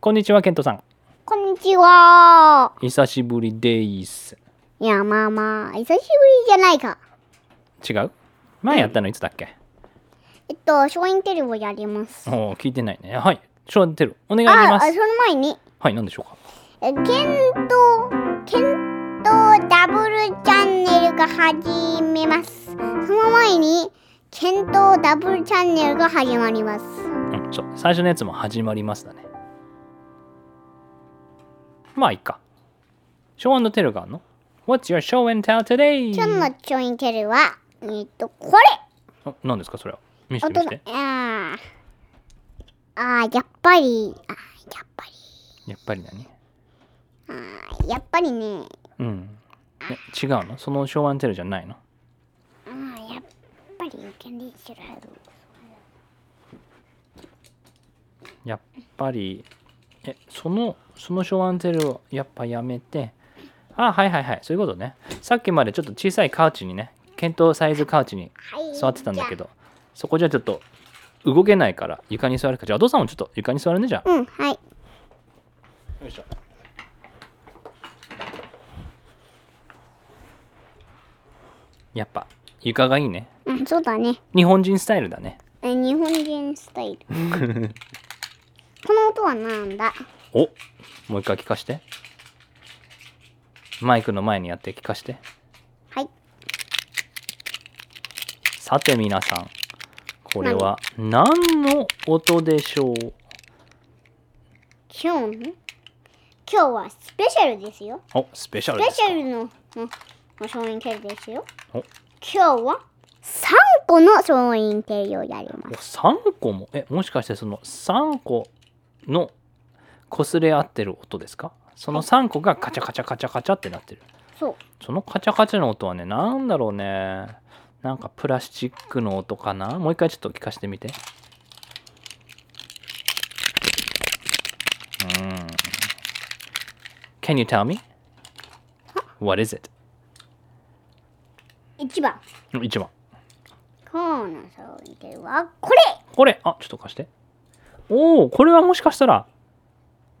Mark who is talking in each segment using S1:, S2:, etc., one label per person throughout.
S1: こんにちはケントさん
S2: こんにちは。
S1: 久しぶりです
S2: いや、まあまあ、久しぶりじゃないか。
S1: 違う前やったのいつだっけ、
S2: えっと、ショーインテルをやります。
S1: おお聞いてないねはいショーンテルお願いし
S2: あ、
S1: ま
S2: あそ
S1: す
S2: の前に、
S1: はい何でしょうか
S2: え、ケント、ケントダブルチャンネルが始めます。その前に、ケントダブルチャンネルが始まります。
S1: うんそう最初のやつも始まりますだねまあいいかショーンテルがあんの What's your show and tell
S2: 今日の
S1: today?
S2: ショーインテルは、えっと、これ
S1: あ何ですかそれは見せ
S2: 大
S1: て見
S2: 人
S1: せて
S2: あーあー、やっぱり、あーやっぱり
S1: やっぱり何、
S2: あーやっぱりね、
S1: うんえ違うのそのショーンテルじゃないの
S2: あーやっぱり、キャンディーシュラー
S1: やっぱりえそのそのショーアンテルをやっぱやめてあはいはいはいそういうことねさっきまでちょっと小さいカウチにね検討サイズカウチに
S2: はい
S1: 座ってたんだけどそこじゃちょっと動けないから床に座るかじゃあお父さんもちょっと床に座るねじゃあ
S2: うん、はい。
S1: よいしょやっぱ床がいいね
S2: うん、そうだね。
S1: 日本人スタイルだね
S2: え日本人スタ イル。この音はなんだ
S1: おもう一回聞かしてマイクの前にやって聞かして
S2: はい。
S1: さて皆さんこれは何の音でしょう
S2: 今日の今日はスペシャルですよ。
S1: おスペシャ
S2: ス
S1: ル
S2: ペ
S1: です
S2: シャルの、の、の商品テルですよ。
S1: おお
S2: 今日は3個の商品テルをやります。
S1: 3個もえもしかしてその3個の擦れ合ってる音ですかその3個がカチャカチャカチャカチャってなってる
S2: そう。
S1: そのカチャカチャの音はねなんだろうねなんかプラスチックの音かなもう一回ちょっと聞かしてみてうん Can you tell me? What is it?
S2: 1番。
S1: 1番
S2: 今日の商品テルはこれ
S1: これあちょっと貸しておおこれはもしかしたら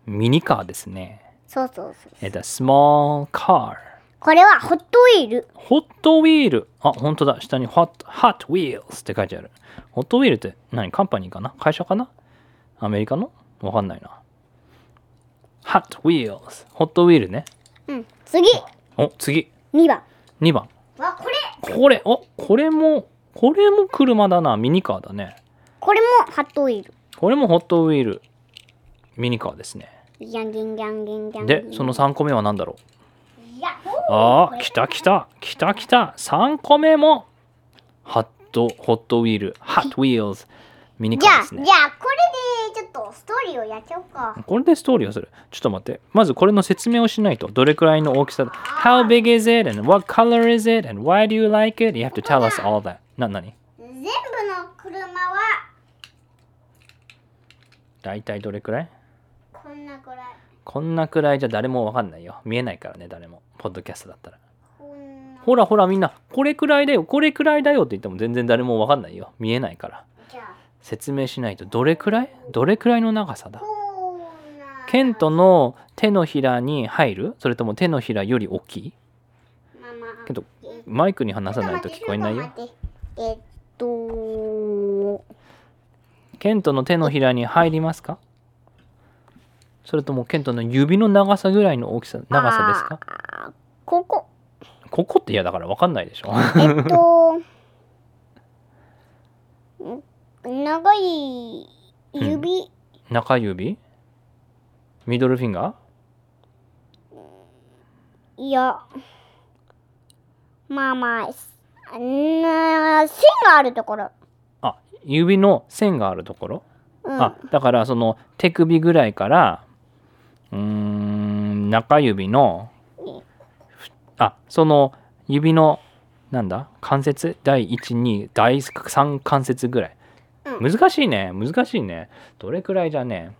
S1: ミニカーですね
S2: そうそうそう。
S1: えっと small car
S2: これはホットウィール。
S1: ホットウィールあ本当だ下に hot hot wheels って書いてあるホットウィールって何カンパニーかな会社かなアメリカのわかんないな hot wheels ホットウィールね
S2: うん。次、
S1: お次
S2: 2番。
S1: 2番
S2: わ、これ
S1: これおこれもこれも車だなミニカーだね
S2: これもホットウィール。
S1: これもホットウィールミニカーですね
S2: ギャンギンギャンギンギャンギ
S1: で
S2: ン
S1: その3個目は何だろう
S2: ヤッホー
S1: ああ、来た来た来た来た3個目もハットホットウィールハットウィールズミニ
S2: じ
S1: カ
S2: ゃ
S1: ー
S2: あ、
S1: ですね
S2: じゃあこれでちょっとストーリーをやっちゃおうか。
S1: これでストーリーをするちょっと待ってまずこれの説明をしないとどれくらいの大きさだ How big is it and what color is it and why do you like it you have to tell us all that な何
S2: 全部の車は
S1: 大体どれくらい
S2: こんなくらい。
S1: こんなくらいじゃ誰もわかんないよ見えないからね誰もポッドキャストだったら
S2: こんな。
S1: ほらほらみんなこれくらいだよこれくらいだよって言っても全然誰もわかんないよ見えないから
S2: じゃあ、
S1: 説明しないとどれくらいどれくらいの長さだ
S2: こんな。
S1: ケントの手のひらに入るそれとも手のひらより大きい
S2: ママ。
S1: けどマイクに話さないと聞こえない
S2: ちょっ
S1: よ
S2: と待って。えっと、
S1: ケントの手のひらに入りますかそれともケントの指の長さぐらいの大きさ長さですか
S2: かここ。
S1: ここっていやだから分かんないでしょ
S2: えっと、ん長い指、
S1: 中指ミドルフィンガー
S2: いや、まあまあ、すな線があるところ。
S1: あ指の線があるところ
S2: うん、
S1: あだからその手首ぐらいからうーん中指の
S2: うん
S1: ふあその指のなんだ関節第12第3関節ぐらい、
S2: う
S1: 難しいね難しいねどれくらいじゃね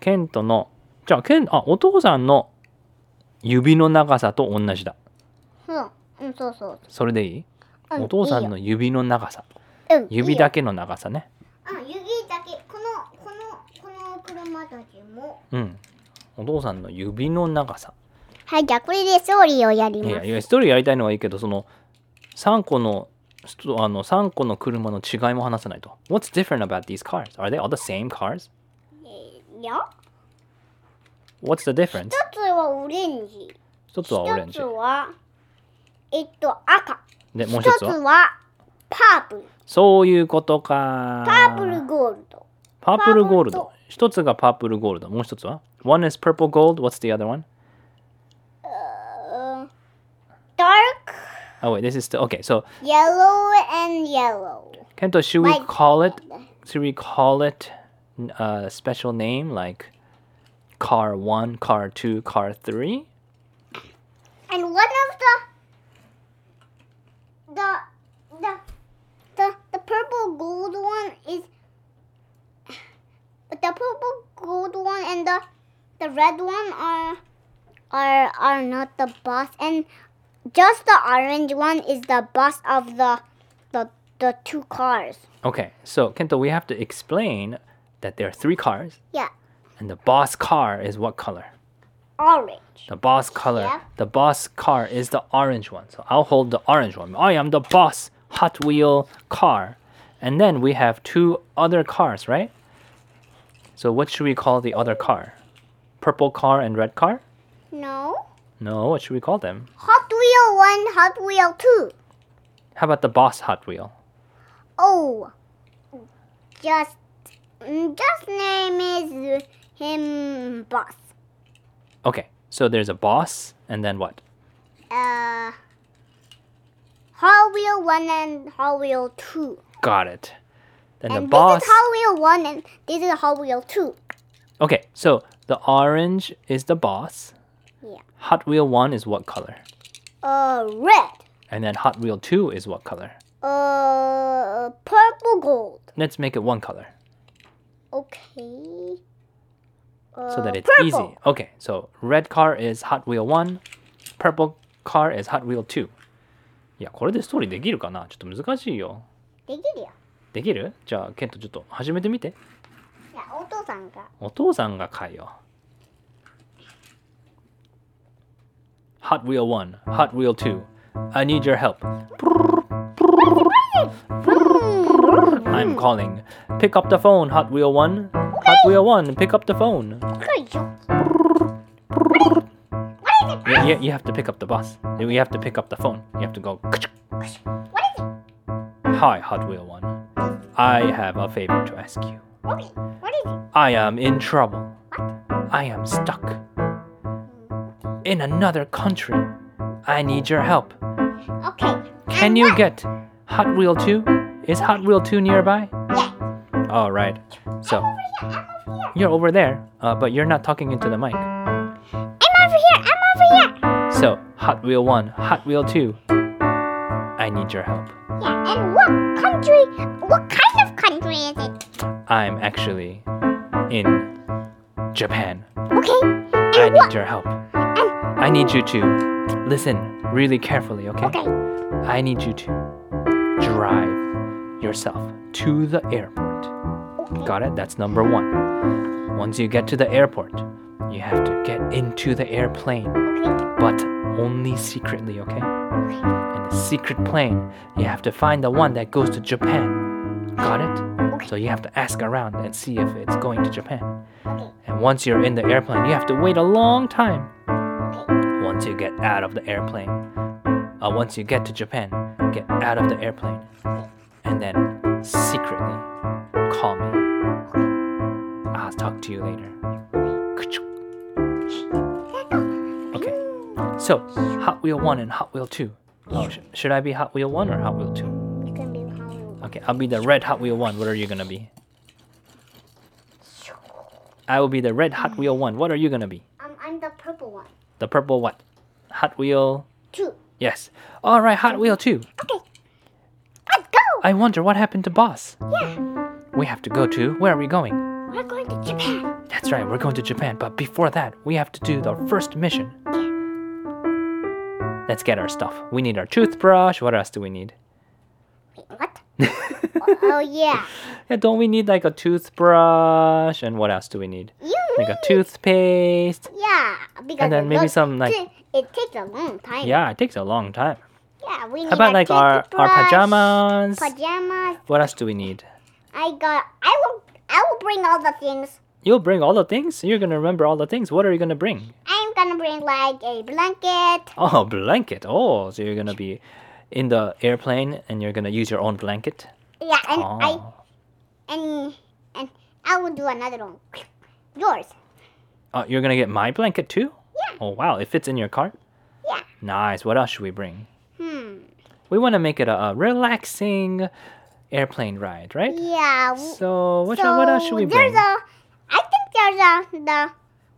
S1: ケントのじゃあケンあお父さんの指の長さと同じだ
S2: そう、うん、そうそう。
S1: それでいい、
S2: う
S1: お父さん
S2: い
S1: の指の長さ
S2: いようん、
S1: 指だ
S2: け。
S1: けの長さね
S2: うん、指だけ。この、この、この車とたちも
S1: うん。お父さんの指の長さ。
S2: はいじゃあこれでストーリーをやり
S1: い
S2: ま
S1: や
S2: す
S1: いや、一人やりたいのはいいけど、その3個のストあの3個の車の違いも話さないと。What's different about these cars? Are they all the same cars?
S2: いや
S1: What's the difference?
S2: 一つはオレンジ
S1: 一つはオレン
S2: 一
S1: ジ
S2: つ。はえっと赤
S1: で、もう
S2: 一
S1: 一
S2: つ
S1: つは
S2: はパープル
S1: そういうことか。
S2: パープルゴールド
S1: パープルゴール
S2: パープ
S1: ド。一つがパープルゴールド。もう一つは ?One is purple gold. What's the other one?
S2: ダーク
S1: Oh, wait, this is still. Okay, so,
S2: yellow and yellow
S1: Kento, should we
S2: Like-
S1: call it? Should we call it a special name like car one, car two, car three?
S2: and one of the the the the, the purple gold one is but the purple gold one and the the red one are are are not the boss and just the orange one is the boss of the the the two cars
S1: Okay, so Kento, we have to explain that there are three cars,
S2: yeah
S1: and the boss car is what color?
S2: orange
S1: The boss color.
S2: Yeah.
S1: The boss car is the orange one. So I'll hold the orange one. I am the boss Hot Wheel car. And then we have two other cars, right? So what should we call the other car? Purple car and red car?
S2: no
S1: No, what should we call them?
S2: hot wheel one hot wheel two
S1: How about the boss Hot Wheel?
S2: Oh, just mm, just name is him boss.
S1: Okay, so there's a boss, and then what?
S2: Uh, Hot Wheel One and Hot Wheel Two.
S1: Got it. Then the
S2: and
S1: boss.
S2: this is Hot Wheel One and this is Hot Wheel Two.
S1: Okay, so the orange is the boss.
S2: Yeah.
S1: Hot Wheel 1 is what color?
S2: Uh, red.
S1: And then Hot Wheel 2 is what color?
S2: Uh, purple gold.
S1: Let's make it one color
S2: Okay.
S1: so that
S2: Uh,
S1: it's
S2: purple.
S1: easy. Okay, so red car is Hot Wheel 1, purple car is Hot Wheel 2. いや、これでストーリーできるかなちょっと難しいよ。
S2: できるよ。
S1: できるじゃあ、ケントちょっと始めてみて。
S2: じゃあお父さんが。
S1: お父さんが買いよ。Hot Wheel 1, Hot Wheel 2. I need your help. I'm calling. Pick up the phone, Hot Wheel 1. Hot Wheel 1, pick up the phone.
S2: はいよ。
S1: Yeah, yeah, you have to pick up the bus. You have to pick up the phone. You have to go.
S2: What is it?
S1: Hi, Hot Wheel One. I have a favor to ask you.
S2: Okay. What is it?
S1: I am in trouble. I am stuck in another country. I need your help.
S2: Okay.
S1: Can
S2: And
S1: you
S2: what?
S1: get Hot Wheel Two? Is Hot Wheel Two nearby?
S2: Yeah.
S1: All right. So
S2: I'm over here.
S1: you're over there, uh, but you're not talking into the mic.
S2: I'm over here. I'm over here.
S1: So Hot Wheel One, Hot Wheel Two. I need your help.
S2: Yeah. And what country? What kind of country is it?
S1: I'm actually in Japan.
S2: Okay.
S1: I
S2: And
S1: need
S2: what?
S1: your help.
S2: And
S1: I need you to listen really carefully, okay?
S2: okay.
S1: I need you to drive yourself to the airport.
S2: Okay.
S1: Got it? That's number one. Once you get to the airport, you have to get into the airplane,
S2: Okay.
S1: but only secretly, okay? And the secret plane, you have to find the one that goes to Japan. Got it? So you have to ask around and see if it's going to Japan.
S2: Okay.
S1: And once you're in the airplane, you have to wait a long time.
S2: Okay.
S1: Once you get out of the airplane, uh, once you get to Japan, get out of the airplane, and then secretly call me. I'll talk to you later. Ka-choo. Okay. So, Hot Wheel 1 and Hot Wheel 2. Oh, sh- should I be Hot Wheel 1 or Hot Wheel 2?
S2: You can be Hollywood.
S1: Okay, I'll be the red Hot Wheel 1. What are you gonna be? I will be the red Hot Wheel 1. What are you gonna be?
S2: Um, I'm the purple one.
S1: The purple what? Hot Wheel.
S2: Two.
S1: Yes. Alright, Hot Wheel 2.
S2: Let's go.
S1: I wonder what happened to Boss.
S2: yeah.
S1: We have to go to. Where are we going?
S2: We're going to Japan.
S1: That's right, we're going to Japan, but before that, we have to do the first mission. Let's get our stuff. We need our toothbrush. What else do we need?
S2: Wait, what? oh, oh yeah.
S1: Yeah, don't we need like a toothbrush? And what else do we need?
S2: You
S1: like a toothpaste.
S2: Yeah, because
S1: And then
S2: it
S1: maybe
S2: goes-
S1: some, like-
S2: it, it takes a long time.
S1: Yeah, it takes a long time.
S2: Yeah, we need
S1: How about
S2: a
S1: like our, our
S2: toothbrush,
S1: pajamas?
S2: Pajamas.
S1: What else do we need?
S2: I got. I will. I will bring all the things.
S1: You'll bring all the things? You're gonna remember all the things. What are you gonna bring?
S2: I'm gonna bring like a blanket.
S1: Oh, blanket. Oh, so you're gonna be in the airplane and you're gonna use your own blanket?
S2: Yeah, and I
S1: Oh.
S2: and and I will do another one. Yours.
S1: Oh, you're gonna get my blanket too?
S2: Yeah.
S1: Oh wow, it fits in your car?
S2: Yeah.
S1: Nice. What else should we bring?
S2: Hmm.
S1: We wanna make it a, a relaxing airplane ride, right?
S2: Yeah. w-
S1: So what, should, what else should we
S2: So, there's
S1: bring?
S2: a, I think there's a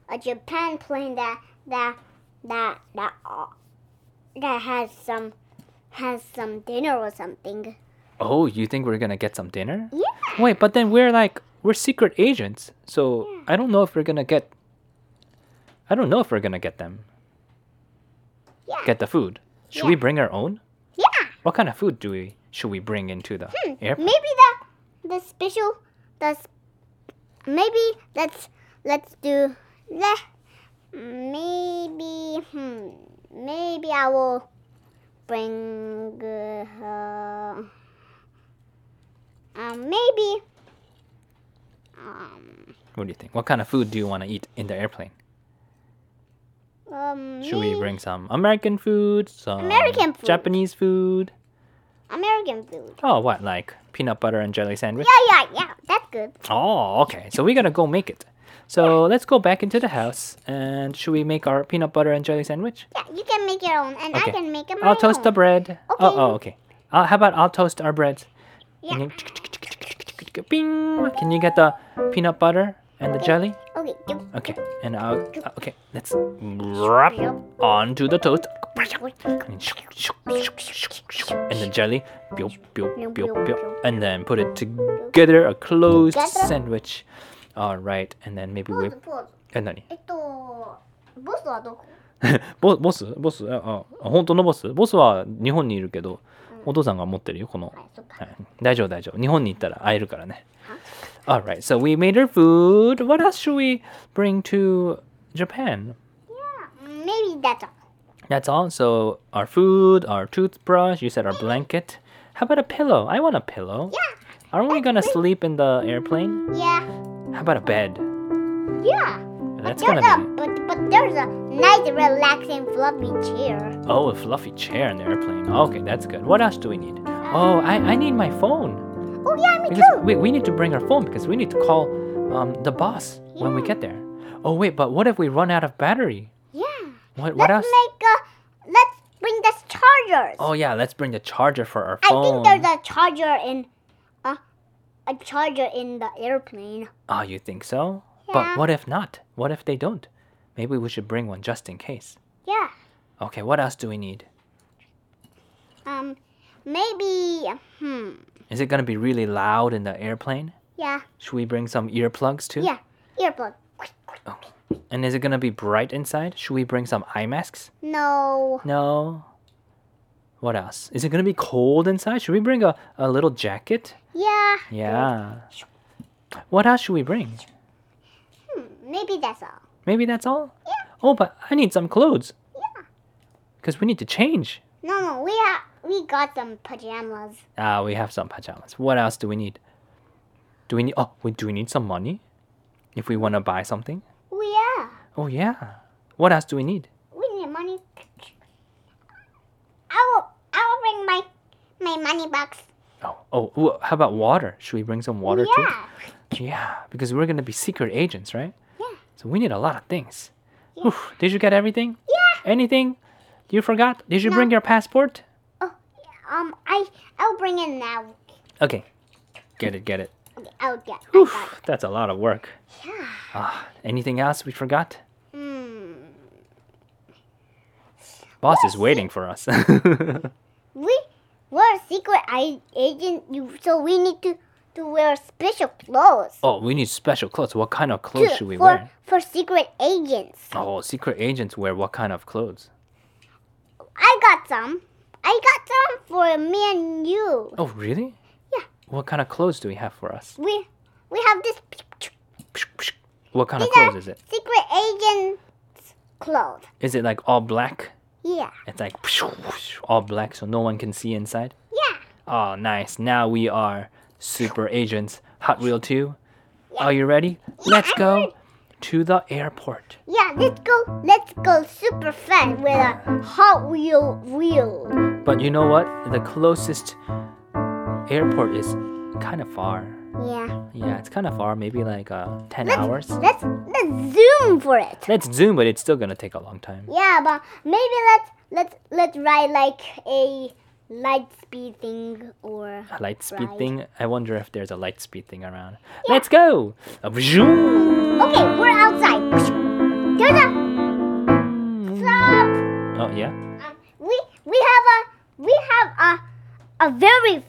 S2: the a Japan plane that that that that uh, that has some has some dinner or something.
S1: Oh, you think we're gonna get some dinner?
S2: Yeah.
S1: Wait, but then we're like we're secret agents, so I don't know if we're gonna get. I don't know if we're gonna get them.
S2: Yeah.
S1: Get the food. Should we bring our own?
S2: Yeah.
S1: What kind of food do we should we bring into the
S2: Hmm.
S1: airplane?
S2: Maybe the the special the s- maybe let's let's do let maybe hmm maybe I will bring uh, um maybe um
S1: What do you think? What kind of food do you want to eat in the airplane?
S2: um
S1: Should we
S2: may-
S1: bring some American food, some
S2: American food.
S1: Japanese food?
S2: American food?
S1: Oh, what like peanut butter and jelly sandwich?
S2: Yeah, yeah, yeah. That's good.
S1: Oh, okay. So we gotta go make it. So let's go back into the house and should we make our peanut butter and jelly sandwich?
S2: Yeah, you can make your own, and I
S1: Okay.
S2: can make a
S1: I'll toast the bread. Oh,
S2: Okay.
S1: oh, okay. Uh, how about I'll toast our bread?
S2: Yeah.
S1: And then- Bing! Can you get the peanut butter and the jelly?
S2: Okay. do-
S1: Okay. And I'll, uh, okay, let's wrap onto the toast. And the jelly. Pew, pew, pew, pew. And then put it together, a closed
S2: Together.
S1: sandwich. All right. And then maybe
S2: ポー
S1: we.
S2: ズポーズ。
S1: え、何
S2: えっと、ボスはどこ
S1: ボボスボスああ本当のボスボスは日本にいるけど、お父さんが持ってるよこの、
S2: はい、そっ
S1: は
S2: か。
S1: い、大丈夫大丈夫日本に行ったら会えるからね Alright, so we made our food. What else should we bring to Japan?
S2: Maybe that's all.
S1: That's all. So, our food, our toothbrush, you said our blanket. How about a pillow? I want a pillow. Aren't we gonna sleep in the airplane?
S2: Yeah.
S1: How about a bed?
S2: Yeah. Yeah.
S1: That's
S2: there's
S1: gonna be.
S2: a, but, but there's a nice, relaxing, fluffy chair.
S1: Oh, a fluffy chair in the airplane. Okay, that's good. What else do we need? Oh, I, I need my phone.
S2: Oh, yeah, me
S1: Because
S2: too.
S1: we, we need to bring our phone because we need to call um, the boss when we get there. Oh wait, but what if we run out of battery?
S2: Yeah.
S1: What what else?
S2: Let's make a, let's bring the chargers.
S1: Oh yeah, let's bring the charger for our
S2: I
S1: phone.
S2: think there's a charger in, uh, a charger in the airplane.
S1: Oh, you think so?
S2: Yeah.
S1: But what if not? What if they don't? Maybe we should bring one just in case.
S2: Yeah.
S1: Okay, what else do we need?
S2: Um, maybe, hmm.
S1: Is it gonna be really loud in the airplane?
S2: Yeah.
S1: Should we bring some earplugs too?
S2: Yeah. Earplug.
S1: And is it gonna be bright inside? Should we bring some eye masks?
S2: No.
S1: No. What else? Is it gonna be cold inside? Should we bring a, a little jacket?
S2: Yeah.
S1: Yeah. What else should we bring?
S2: Hmm. Maybe that's all.
S1: Maybe that's all?
S2: Yeah.
S1: Oh, but I need some clothes
S2: Yeah.
S1: because we need to change.
S2: No, no, we have we got some pajamas.
S1: Ah, we have some pajamas. What else do we need? Do we need Oh, we do we need some money if we want to buy something?
S2: Oh yeah,
S1: Oh, yeah. What else do we need?
S2: we need money. I will I will bring my my money box.
S1: Oh, oh, wh- how about water? Should we bring some water
S2: yeah,
S1: too? Yeah, because we're going to be secret agents, right?
S2: Yeah.
S1: So we need a lot of things. Oof, did you get everything?
S2: yeah.
S1: Anything you forgot? Did you bring your passport?
S2: Oh, yeah, um, I I'll bring it now.
S1: Okay. Get it, get it.
S2: Okay, I'll get. I
S1: Oof,
S2: got it.
S1: that's a lot of work.
S2: Yeah.
S1: Ah, anything else we forgot?
S2: Hmm.
S1: Boss is waiting for us.
S2: We we're a secret I- agent. You so we need to to wear special clothes.
S1: oh, we need special clothes. What kind of clothes
S2: to-
S1: should we
S2: for
S1: wear?
S2: for secret agents?
S1: Oh, secret agents wear what kind of clothes?
S2: I got some. I got some for me and you.
S1: Oh, really?
S2: Yeah.
S1: What kind of clothes do we have for us?
S2: We we have this
S1: What kind of
S2: These are
S1: clothes is it?
S2: secret agents' clothes.
S1: Is it like all black?
S2: Yeah.
S1: It's like all black so no one can see inside.
S2: Yeah.
S1: Oh, nice. Now we are super agents Hot Wheel 2. Are you ready? Let's
S2: I'm
S1: go
S2: ready.
S1: to the airport.
S2: Yeah, let's go. Let's go super fast with a Hot Wheel wheel.
S1: But you know what? The closest airport is kind of far.
S2: Yeah.
S1: Yeah, it's kind of far, maybe like uh, 10
S2: Let's,
S1: hours.
S2: Let's let's zoom for it.
S1: Let's zoom, but it's still gonna take a long time.
S2: Yeah, but maybe let's let's let's ride like a light speed thing or
S1: A light speed
S2: Right.
S1: thing? I wonder if there's a light speed thing around. Let's go! A zoom!
S2: Okay, we're outside. There's a stop.
S1: Oh, yeah?
S2: Um, we we have a we have a a very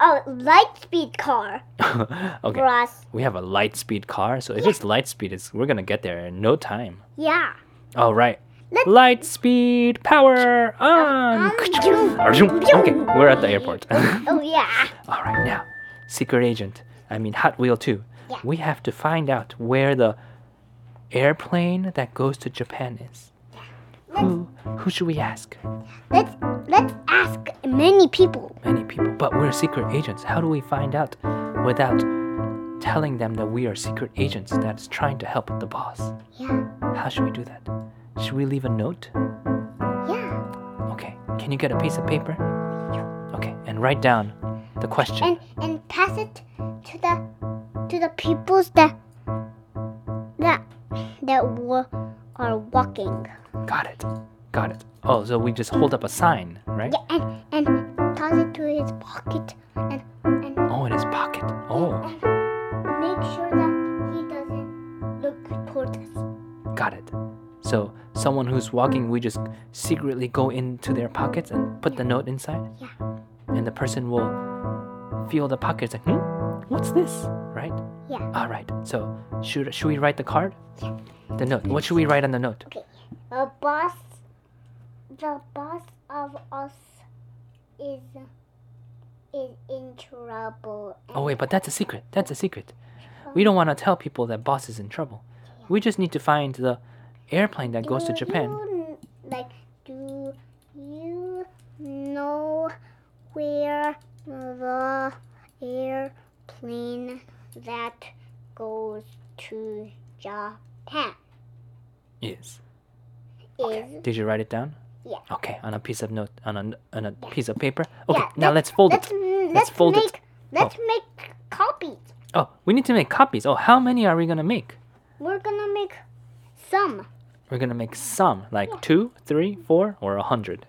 S2: a light speed car
S1: okay.
S2: for us.
S1: We have a light speed car, so if it's light speed, it's, we're gonna get there in no time.
S2: Yeah.
S1: All right.
S2: Let's-
S1: Light speed power on!
S2: um,
S1: Okay, we're at the airport.
S2: oh yeah.
S1: All right, now, secret agent, I mean Hot Wheel 2,
S2: Yeah.
S1: we have to find out where the airplane that goes to Japan is. Who, who should we ask?
S2: Let's let's ask many people.
S1: Many people, but we're secret agents. How do we find out without telling them that we are secret agents that's trying to help the boss?
S2: Yeah.
S1: How should we do that? Should we leave a note?
S2: Yeah.
S1: Okay, can you get a piece of paper? Okay, and write down the question.
S2: And and pass it to the to the peoples that that that wa- are walking.
S1: Got it. Got it. Oh, so we just hold up a sign, right?
S2: Yeah, and and toss it to his pocket and and
S1: Oh, in his pocket. Oh,
S2: and make sure that he doesn't look towards us.
S1: got it. So, someone who's walking, we just secretly go into their pockets and put the note inside.
S2: Yeah.
S1: And the person will feel the pockets like, hmm, what's this? Right?
S2: Yeah.
S1: All right. So, should, should we write the card? The note. What should we write on the note?
S2: Okay. The boss the boss of us is is in trouble.
S1: Oh, wait, but that's a secret. That's a secret. We don't want to tell people that boss is in trouble. We just need to find the airplane that goes to
S2: Do
S1: Japan.
S2: you kn- like, do you know where the airplane that goes to Japan
S1: Yes.
S2: is?
S1: Did you write it down?
S2: Yeah.
S1: Okay, on a piece of note, on a, on a piece of paper. Okay,
S2: Yeah,
S1: now let's fold
S2: Let's
S1: it.
S2: m-
S1: Let's
S2: let's
S1: fold it.
S2: make let's make copies.
S1: Oh, we need to make copies. Oh, how many are we gonna make?
S2: We're gonna make some.
S1: We're gonna make some, like two, three, four, or a hundred.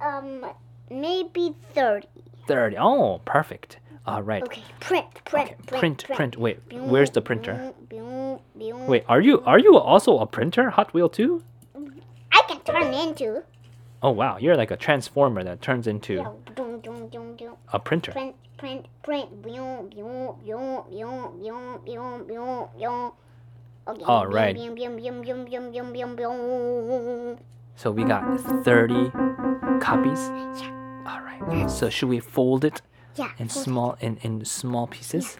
S2: Um, maybe thirty.
S1: Thirty. Oh, perfect. All right.
S2: Okay, print, print,
S1: Okay,
S2: print, print.
S1: Wait, where's the printer?
S2: Boom, boom, boom.
S1: Wait, are you are you also a printer, Hot Wheel too?
S2: I can turn into.
S1: Oh wow, you're like a transformer that turns into
S2: Dun, dun, dun, dun.
S1: a printer.
S2: Print, print, print. Boom, boom, boom, boom, boom, boom, boom, boom. Okay.
S1: All right.
S2: Boom, boom, boom, boom, boom, boom, boom, boom.
S1: So we got thirty copies. All right. So should we fold it
S2: Yeah.
S1: in
S2: fold-
S1: small in, in small pieces?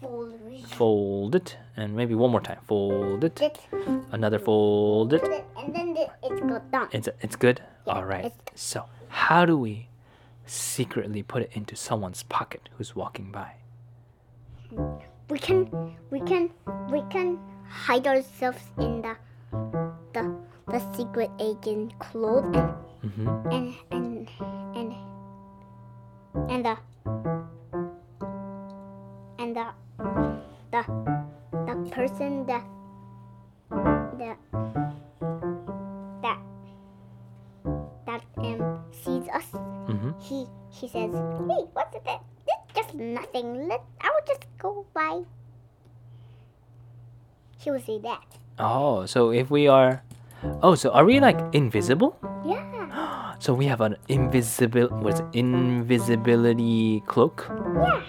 S2: fold it.
S1: fold it and maybe one more time fold it
S2: That's
S1: another fold it
S2: it, and then it, it's got done.
S1: it's it's good all right so how do we secretly put it into someone's pocket who's walking by
S2: We can, we can, we can hide ourselves in the, the, the secret agent clothes and
S1: mm-hmm.
S2: and and and and the and the the the person that that that that um sees us
S1: Mm-hmm.
S2: he he says hey what's that it's just nothing let i will just go by he will say that
S1: oh so if we are oh so are we like invisible
S2: yeah
S1: so we have an invisible what's it, invisibility cloak
S2: yeah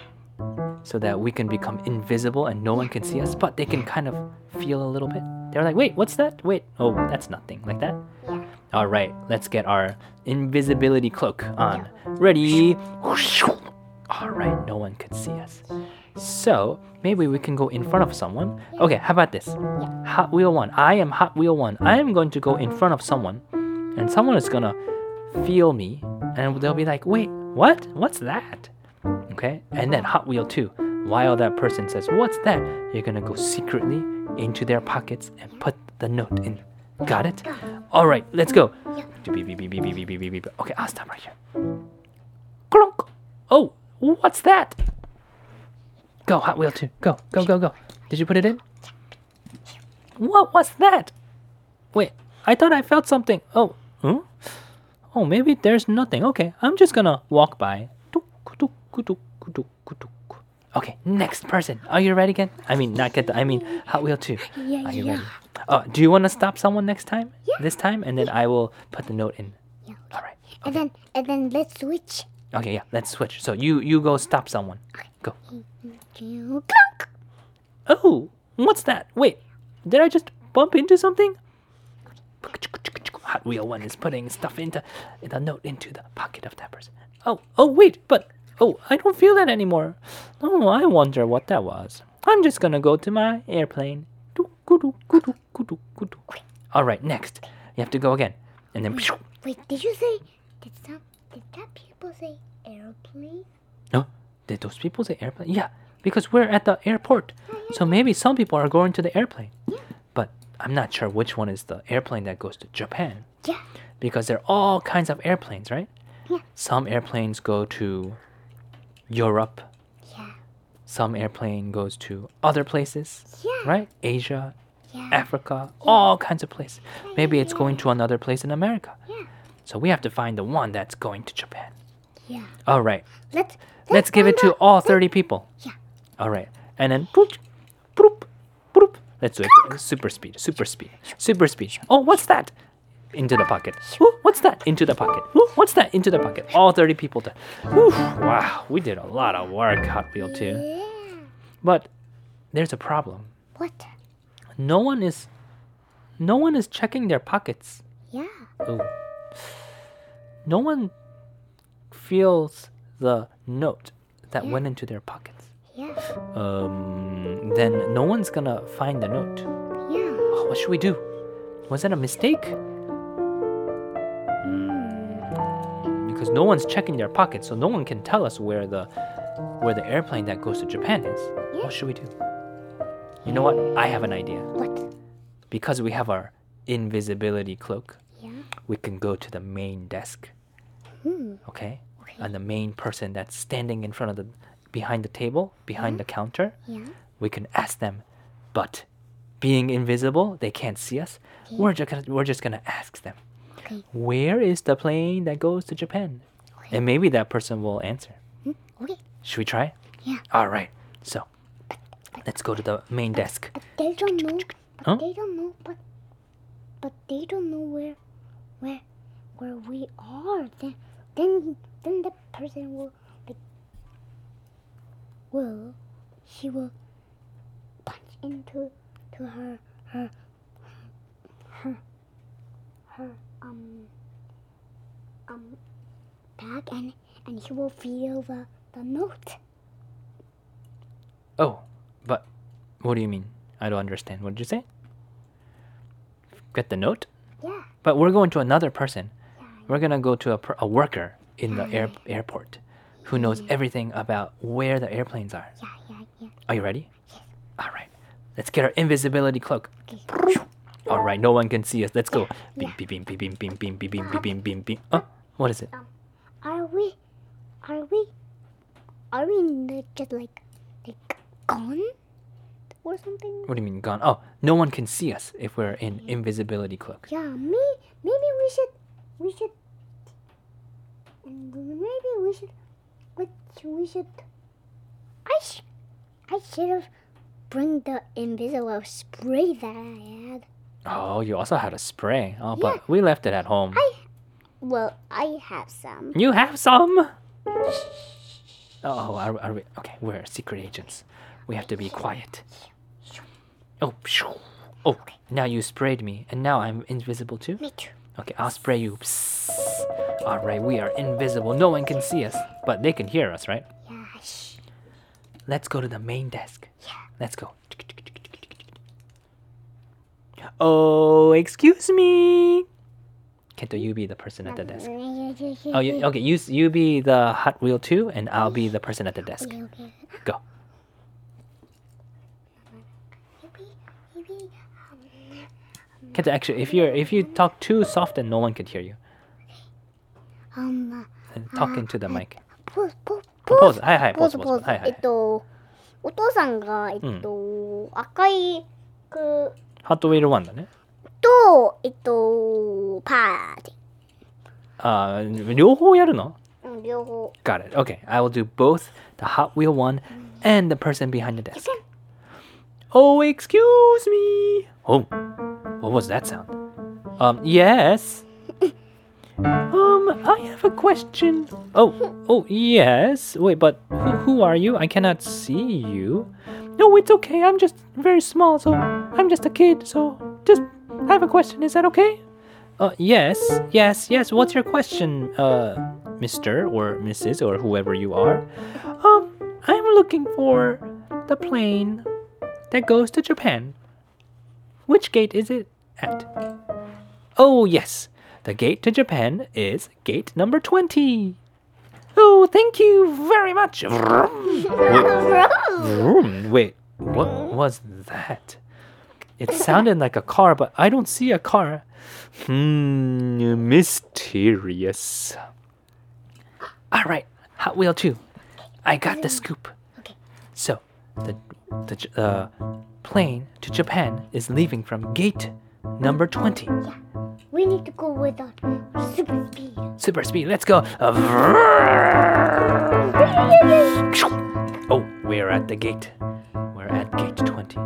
S1: so that we can become invisible and no one can see us but they can kind of feel a little bit they're like wait what's that wait oh that's nothing like that
S2: yeah
S1: All right, let's get our invisibility cloak on. Ready? All right, no one could see us. So maybe we can go in front of someone. Okay, how about this? Hot Wheel One. I am Hot Wheel One. I am going to go in front of someone, and someone is gonna feel me, and they'll be like, "Wait, what? What's that?" Okay, and then Hot Wheel Two. While that person says, "What's that?" You're gonna go secretly into their pockets and put the note in. Got it? All right, let's go. Beep, beep, beep, beep, beep, beep, beep, beep, beep. Okay, I'll stop right here. Clunk. Oh, what's that? Go, Hot Wheel 2. Go, go, go, go. Did you put it in? What was that? Wait, I thought I felt something. Oh, hmm? Oh, maybe there's nothing. Okay, I'm just gonna walk by. Tuk, tuk, tuk, tuk, tuk. Okay, next person. Are you ready again? I mean, not get I mean, Hot Wheel 2.
S2: Yeah,
S1: Are you
S2: yeah.
S1: ready? Uh, do you want to stop someone next time? This time, and then I will put the note in.
S2: Yeah.
S1: All right.
S2: And then and then let's switch.
S1: Okay, yeah, let's switch. So you you go stop someone. Go.
S2: Clunk.
S1: Oh, what's that? Wait, did I just bump into something? Hot Wheel One is putting stuff into the note into the pocket of that person. Oh, oh wait, but oh, I don't feel that anymore. Oh, I wonder what that was. I'm just gonna go to my airplane. All right, next. You have to go again, and then
S2: Wait, did you say did some did that people say airplane?
S1: No, did those people say airplane? Yeah, because we're at the airport. So maybe some people are going to the airplane. But I'm not sure which one is the airplane that goes to Japan
S2: Yeah.
S1: because there are all kinds of airplanes, right?
S2: Yeah.
S1: Some airplanes go to Europe.
S2: Yeah.
S1: Some airplane goes to other places,
S2: Yeah.
S1: right? Asia,
S2: Yeah.
S1: Africa, all kinds of places. Maybe it's going to another place in America.
S2: Yeah.
S1: So we have to find the one that's going to Japan.
S2: Yeah.
S1: All right.
S2: Let's
S1: Let's give it
S2: find
S1: to
S2: out.
S1: all 30 people.
S2: Yeah.
S1: All right. And then boop, boop, boop. Let's do it. Super speed, super speed, super speed. Oh, what's that? Into the pocket. Ooh, what's that? Into the pocket. Ooh, what's that? Into the pocket. All 30 people done. Oof, wow, we did a lot of work, Hot Wheel too.
S2: Yeah.
S1: But there's a problem.
S2: What?
S1: No one is, no one is checking their pockets.
S2: Yeah.
S1: Ooh. No one feels the note that went into their pockets.
S2: Yeah.
S1: Um, then no one's gonna find the note.
S2: Yeah.
S1: Oh, what should we do? Was that a mistake? Mm, Because no one's checking their pockets, so no one can tell us where the where the airplane that goes to Japan is. What should we do? You know what? I have an idea.
S2: What?
S1: Because we have our invisibility cloak,
S2: Yeah.
S1: we can go to the main desk.
S2: Hmm.
S1: Okay? And the main person that's standing in front of the behind the table, behind the counter
S2: Yeah.
S1: we can ask them. But being invisible, they can't see us. We're just gonna, we're just gonna ask them,
S2: Okay.
S1: where is the plane that goes to Japan?
S2: Okay.
S1: And maybe that person will answer.
S2: Hmm. Okay.
S1: Should we try?
S2: Yeah.
S1: All right. So let's go to the main desk.
S2: But they don't know. But
S1: Huh?
S2: they don't know. But but they don't know where where where we are. Then then then the person will like will she will punch into to her her her her um um bag and and she will feel the the note.
S1: Oh, but what do you mean? I don't understand. What did you say? Get the note?
S2: Yeah.
S1: But we're going to another person.
S2: Yeah.
S1: We're gonna go to a, per- a worker in the air- airport who knows everything about where the airplanes are.
S2: Yeah. Yeah. Yeah.
S1: Are you ready? All right. Let's get our invisibility cloak.
S2: Okay.
S1: All right, no one can see us. Let's go. Beam, beam, beam, beam, beam, beam, beam, beam, beam, beam, beam, beam. Oh, what is it?
S2: Are we, are we, are we n- just like, like gone or something?
S1: What do you mean gone? Oh, no one can see us if we're in invisibility cloak.
S2: Yeah, me, maybe we should, we should, maybe we should, which we should, I, sh- I should have bring the invisible spray that I had.
S1: Oh, you also had a spray. Oh,
S2: Yeah.
S1: but we left it at home.
S2: I- Well, I have some.
S1: You have some. Oh, are, are we? Okay, we're secret agents. We have to be quiet. Oh, phew. oh! Now you sprayed me, and now I'm invisible too.
S2: Me too.
S1: Okay, I'll spray you. Psst. All right, we are invisible. No one can see us, but they can hear us, right?
S2: Yeah, shh.
S1: Let's go to the main desk. Let's go. Oh, excuse me. Kento, you be the person at the desk. Oh, you, okay. You you be the Hot Wheel too, and I'll be the person at the desk.
S2: Okay, okay.
S1: Go.
S2: Maybe, maybe, um,
S1: Kento, actually, if you're if you talk too soft, then no one could hear you.
S2: um,
S1: And talk into the mic.
S2: ポーズポーズ
S1: ポーズはいはい
S2: ポーズ
S1: ポ
S2: ポ
S1: ーズポーズ
S2: ーズ
S1: はいはい
S2: えっとお父さんがえっと赤いく
S1: ハットウィール1だね。
S2: とえっとパーテ
S1: あー Uh, 両方やるの
S2: ィーうん両方
S1: Got it. Okay, I will do both the Hot Wheel one and the person behind the desk. Oh, excuse me. Oh, what was that sound? Um, yes. Um, I have a question. Oh, oh, yes. Wait, but who, who are you? I cannot see you. No, it's okay. I'm just very small, so I'm just a kid. So just I have a question. Is that okay? Uh, yes, yes, yes. What's your question, uh, Mister or Mrs. or whoever you are? Um, I'm looking for the plane that goes to Japan. Which gate is it at? Oh, yes. The gate to Japan is gate number 20. Oh, thank you very much. Vroom.
S2: あ
S1: Vroom. Wait, what was that? It sounded like a car, but I don't see a car. Hmm, mysterious. All right, Hot Wheel 2. I got the scoop.
S2: Okay.
S1: So, the, the J- uh, plane to Japan is leaving from gate number 20.
S2: We need to go with our super speed
S1: Super speed, let's go. Uh, vroom. Oh, we're at the gate. We're at gate 20.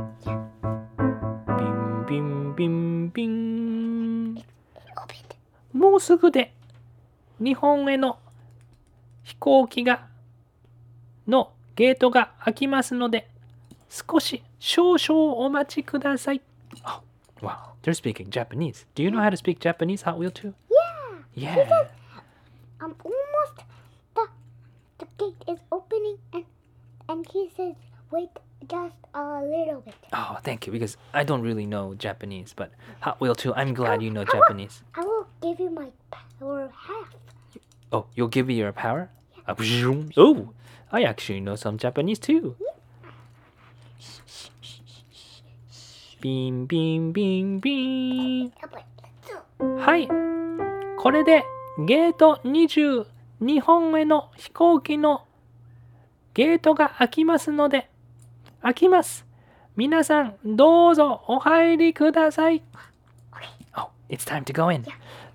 S1: Bing, bing, bing, bing.
S2: opened
S1: もうすぐで日本への飛行機がのゲートが開きますので少し少々お待ちください。Oh, wow, they're speaking Japanese. Do you know how to speak Japanese, Hot Wheel 2? Yeah. Yeah.
S2: I'm almost the the gate is opening and and he says wait just a little bit
S1: Oh, thank you, because I don't really know Japanese, but Hot Wheel 2, I'm glad you know Japanese.
S2: I will give you my power half
S1: Oh, you'll give me your power? Uh, bzzoom. Oh, I actually know some Japanese too. Bing, bing, bing, bing.
S2: Yeah, but let's do
S1: はい。これでゲート20、日本への飛行機のゲートが開きますので、開きます。皆さん、どうぞお入りください。Oh, it's time to go in.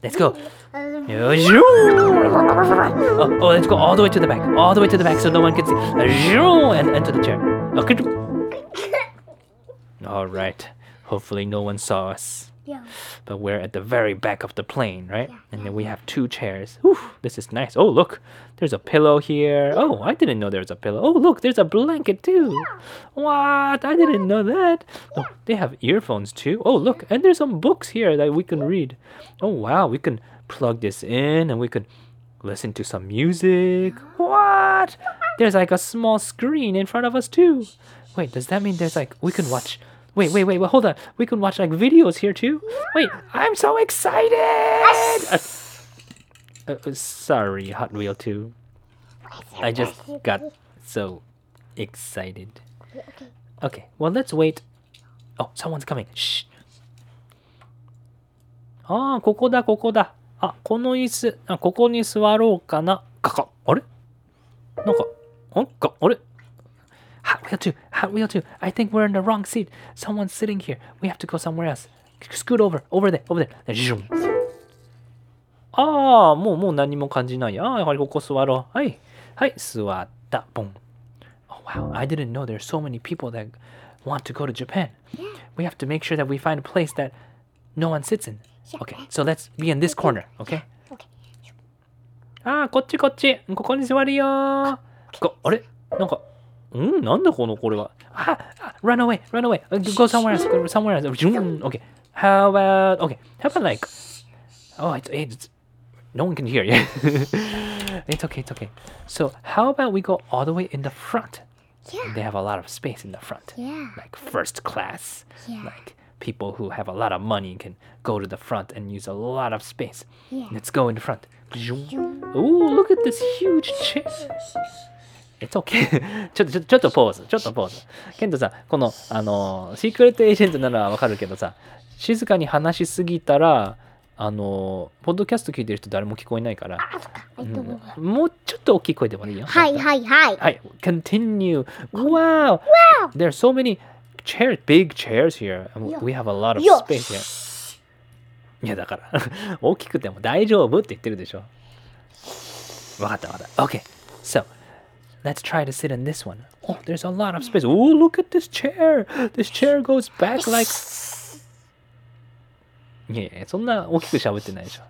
S1: Let's go.
S2: Uh,
S1: Zoom. Oh, oh, let's go all the way to the back. All the way to the back so no one can see. Zoom, And, and to the chair. Okay. All right. Hopefully, no one saw us.
S2: yeah.
S1: But we're at the very back of the plane, right? And then we have two chairs. Whew, this is nice. Oh, look. There's a pillow here. Oh, I didn't know there was a pillow. Oh, look. There's a blanket, too. What? I didn't know that. Oh, they have earphones, too. Oh, look. And there's some books here that we can read. Oh, wow. We can plug this in and we can listen to some music. What? There's like a small screen in front of us too. Wait, does that mean there's like we can watch? Wait, wait, wait, wait hold on. We can watch like videos here too. Wait, I'm so excited. Uh, uh, sorry, Hot Wheel 2. I just got so excited.
S2: Okay.
S1: Okay, well, let's wait. Oh, someone's coming. Shh. Ah, ああ、ここだ、ここだ。あ、Ah, この椅子、あ、ここに座ろうかな。かか、あれなんか、あんか、あれ Hot wheel two, hot wheel two. I think we're in the wrong seat. Someone's sitting here. We have to go somewhere else. Scoot over, over there, over there. ジュンああ、もう、もう何も感じないや。ああ、やはりここ座ろう。はい。はい、座った。ボン。Oh wow, I didn't know there's so many people that want to go to Japan. We have to make sure that we find a place that no one sits in. Okay, so let's be in this corner, okay?
S2: Okay.
S1: ああ、こっちこっち。ここに座るよー。こあれなんか、うんなんだこのこれは。ああ、run away, run away. Uh, Go somewhere else, go somewhere else. ジュン Okay. How about, okay. How about like, oh, it's, it's, no one can hear you. it's okay, it's okay. So how about we go all the way in the front?
S2: Yeah.
S1: They have a lot of space in the front.
S2: Yeah.
S1: Like first class.
S2: Yeah.
S1: Like people who have a lot of money can go to the front and use a lot of space.
S2: Yeah.
S1: Let's go in the front. Ooh, look at this huge chair. It's okay. ちょっと、ちょっと、ちょっとポーズ。ちょっとポーズ。ケントさん、この、あのー、シークレットエージェントならわかるけどさ、静かに話しすぎたら、あのー、ポッドキャスト聞いてる人誰も聞こえないから、
S2: I don't know.
S1: うんもうちょっと大きい声でもいいよ。
S2: Hi, hi, hi.
S1: はい、continue. Wow! There are so many chairs, big chairs here. And We have a lot of
S2: よ
S1: space here. いやだから、大きくても大丈夫って言ってるでしょ。わかったわかった。Okay, so let's try to sit in this one. Oh, there's a lot of space. Oh, look at this chair. This chair goes back like. いやいや、そんな大きく喋ってないでしょ。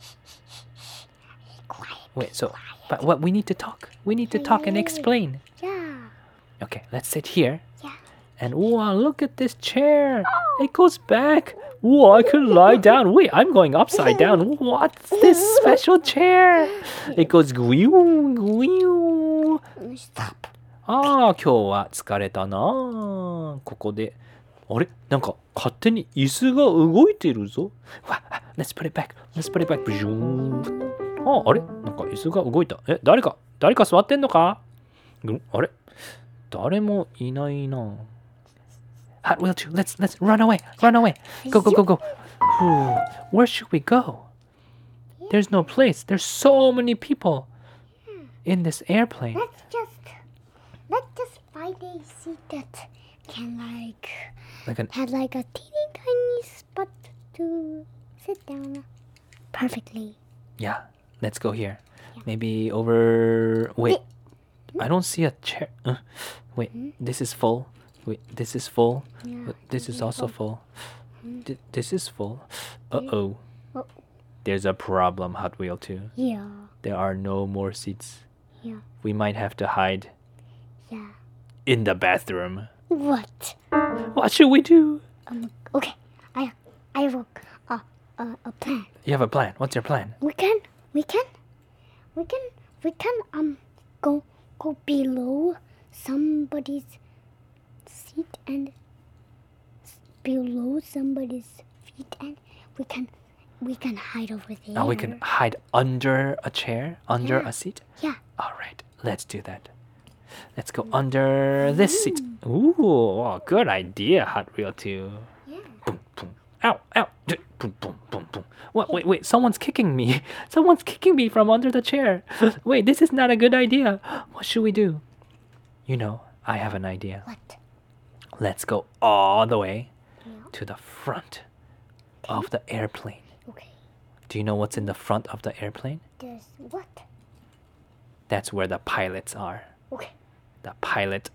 S1: Wait, so, but what we need to talk. We need to talk and explain.
S2: Yeah.
S1: Okay, let's sit here.
S2: Yeah.
S1: And wow, look at this chair. It goes back. Whoa, I could lie down. Wait, I'm going upside down. What's this special chair? It goes gwiu, gwiu.
S2: Stop.
S1: ああ、今日は疲れたなあ。ここで。あれなんか勝手に椅子が動いてるぞ。わあ Let's put it back. Let's put it back. ブジューンああれなんか椅子が動いた。え、誰か誰か座ってんのかうんあれ誰もいないな。Hot wheel two. Let's, let's run away. Run away. Go, go, go, go. Whew. Where should we go? There's no place. There's so many people in this airplane.
S2: Let's just let's just find a seat that can like
S1: Like an
S2: have like a teeny tiny spot to sit down perfectly.
S1: Yeah, let's go here. Maybe over. Wait, I don't see a chair. Uh, wait,
S2: Hmm?
S1: this is full. Wait, this is full. Uh, This
S2: Hmm.
S1: is also full. Th- this is full. Uh oh.
S2: Oh.
S1: There's a problem, Hot Wheel 2.
S2: Yeah.
S1: There are no more seats.
S2: Yeah.
S1: We might have to hide
S2: Yeah.
S1: in the bathroom.
S2: What?
S1: What should we do?
S2: Um, okay. I I have a a, a, a plan.
S1: You have a plan. What's your plan?
S2: We can we can we can we can um go go below somebody's seat and s- below somebody's feet and we can we can hide over there.
S1: Now we can hide under a chair, under a seat.
S2: Yeah.
S1: All right, let's do that. Let's go under this seat. Ooh, wow, good idea, Hot Wheel 2.
S2: Yeah.
S1: Boom, boom. Ow, ow. d- Boom, boom, boom, boom. What? Wait, wait, someone's kicking me. Someone's kicking me from under the chair. Wait, this is not a good idea. What should we do? You know, I have an idea.
S2: What?
S1: Let's go all the way
S2: Yeah.
S1: to the front of the airplane.
S2: Okay.
S1: Do you know what's in the front of the airplane?
S2: There's what?
S1: That's where the pilots are.
S2: Okay.
S1: the pilot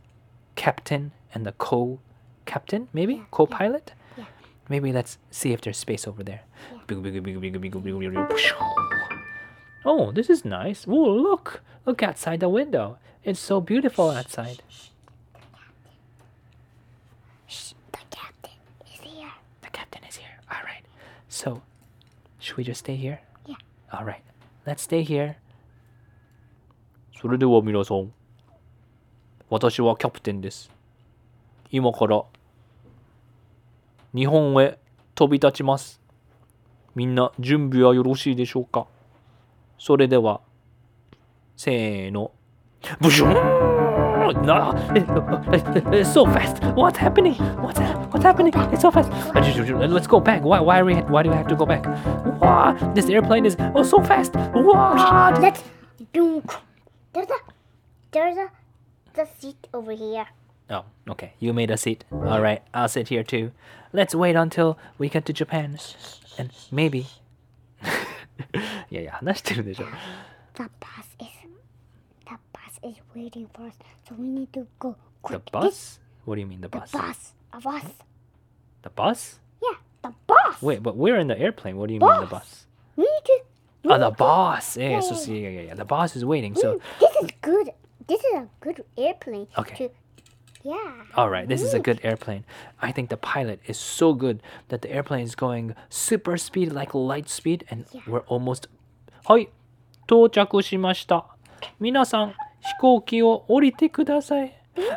S1: captain and the co captain, maybe co pilot.
S2: yeah.
S1: Maybe let's see if there's space over there. Big, big, big, big, big, big, big, big. Oh, this is nice. Oh, look! Look outside the window. It's so beautiful outside.
S2: Shh, the captain is here.
S1: The captain is here. All right. So, should we just stay here?
S2: Yeah.
S1: All right. Let's stay here. それでは皆さん、私はキャプテンです。今から日本へ飛び立ちます。みんな準備はよろしいでしょうかそれでは、せーの。ブシューンな It's so fast! What's happening? What's, what's happening? It's so fast! Let's go back! Why, why, are we, why do we have to go back? Wah, this airplane is oh, so fast! What?
S2: Let's boom. There's a there's a the seat over here.
S1: Oh, okay. You made a seat. All right, I'll sit here too. Let's wait until we get to Japan, and maybe. いやいや話してるでしょ。
S2: The bus is the bus is waiting for us, so we need to go
S1: The
S2: quick. This-
S1: bus? What do you mean the bus?
S2: the bus. A bus.
S1: The bus?
S2: Yeah, the bus.
S1: Wait, but we're in the airplane. What do you mean the bus?
S2: We need to.
S1: Oh, the boss. Yeah, so, so, yeah, yeah, yeah. The boss is waiting. So,
S2: This is good. This is a good airplane.
S1: Okay.
S2: To, yeah.
S1: all right, this is a good airplane. I think the pilot is so good that the airplane is going super speed, like light speed, and we're almost. はい、到着しました。皆さん、飛行機を降りてください。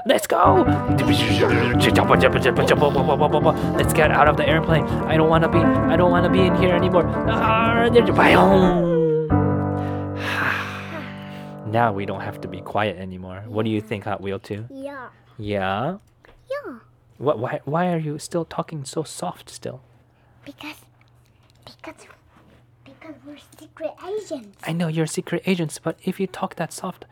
S1: Let's go! Let's get out of the airplane. I don't wanna be I don't wanna be in here anymore. Ah, there's a biome. now we don't have to be quiet anymore. What do you think, Hot Wheel 2?
S2: Yeah.
S1: Yeah.
S2: Yeah.
S1: What why why are you still talking so soft still?
S2: Because because because we're secret agents.
S1: I know you're secret agents, but if you talk that soft,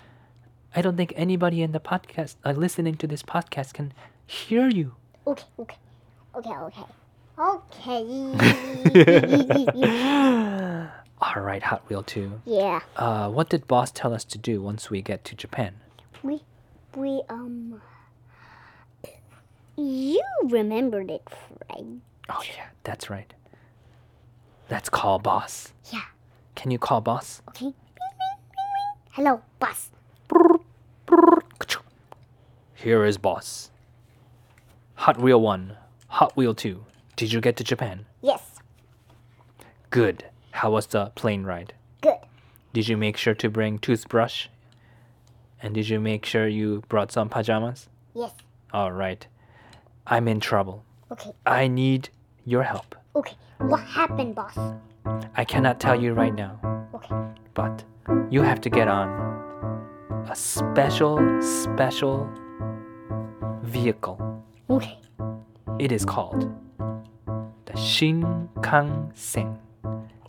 S1: I don't think anybody in the podcast uh, listening to this podcast can hear you.
S2: Okay, okay. Okay, okay. Okay.
S1: All right, Hot Wheel 2.
S2: yeah.
S1: Uh, what did boss tell us to do once we get to Japan?
S2: We we um you remembered it, right?
S1: Oh yeah, that's right. Let's call boss.
S2: Yeah.
S1: Can you call boss?
S2: Okay. Bing, bing, bing, bing. Hello, boss.
S1: Here is boss. Hot Wheel 1, Hot Wheel 2. Did you get to Japan?
S2: Yes.
S1: Good. How was the plane ride?
S2: Good.
S1: Did you make sure to bring toothbrush? And did you make sure you brought some pajamas?
S2: Yes.
S1: All right. I'm in trouble.
S2: Okay.
S1: I need your help.
S2: Okay. What happened, boss?
S1: I cannot tell you right now,
S2: Okay.
S1: but you have to get on a special, special vehicle.
S2: Okay.
S1: It is called the Shinkansen.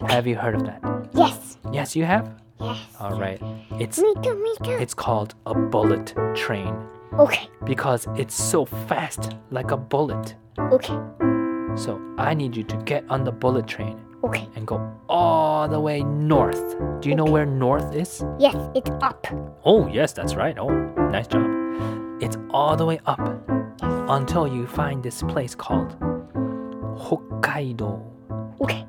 S1: Have you heard of that?
S2: Yes.
S1: Yes, you have?
S2: Yes.
S1: All right. It's
S2: Me too. Me too.
S1: it's called a bullet train.
S2: okay.
S1: because it's so fast, like a bullet.
S2: Okay.
S1: So I need you to get on the bullet train
S2: Okay.
S1: and go all the way north. Do you know where north is?
S2: Yes, it's up.
S1: Oh, yes, that's right. Oh, nice job. It's all the way up until you find this place called Hokkaido.
S2: Okay.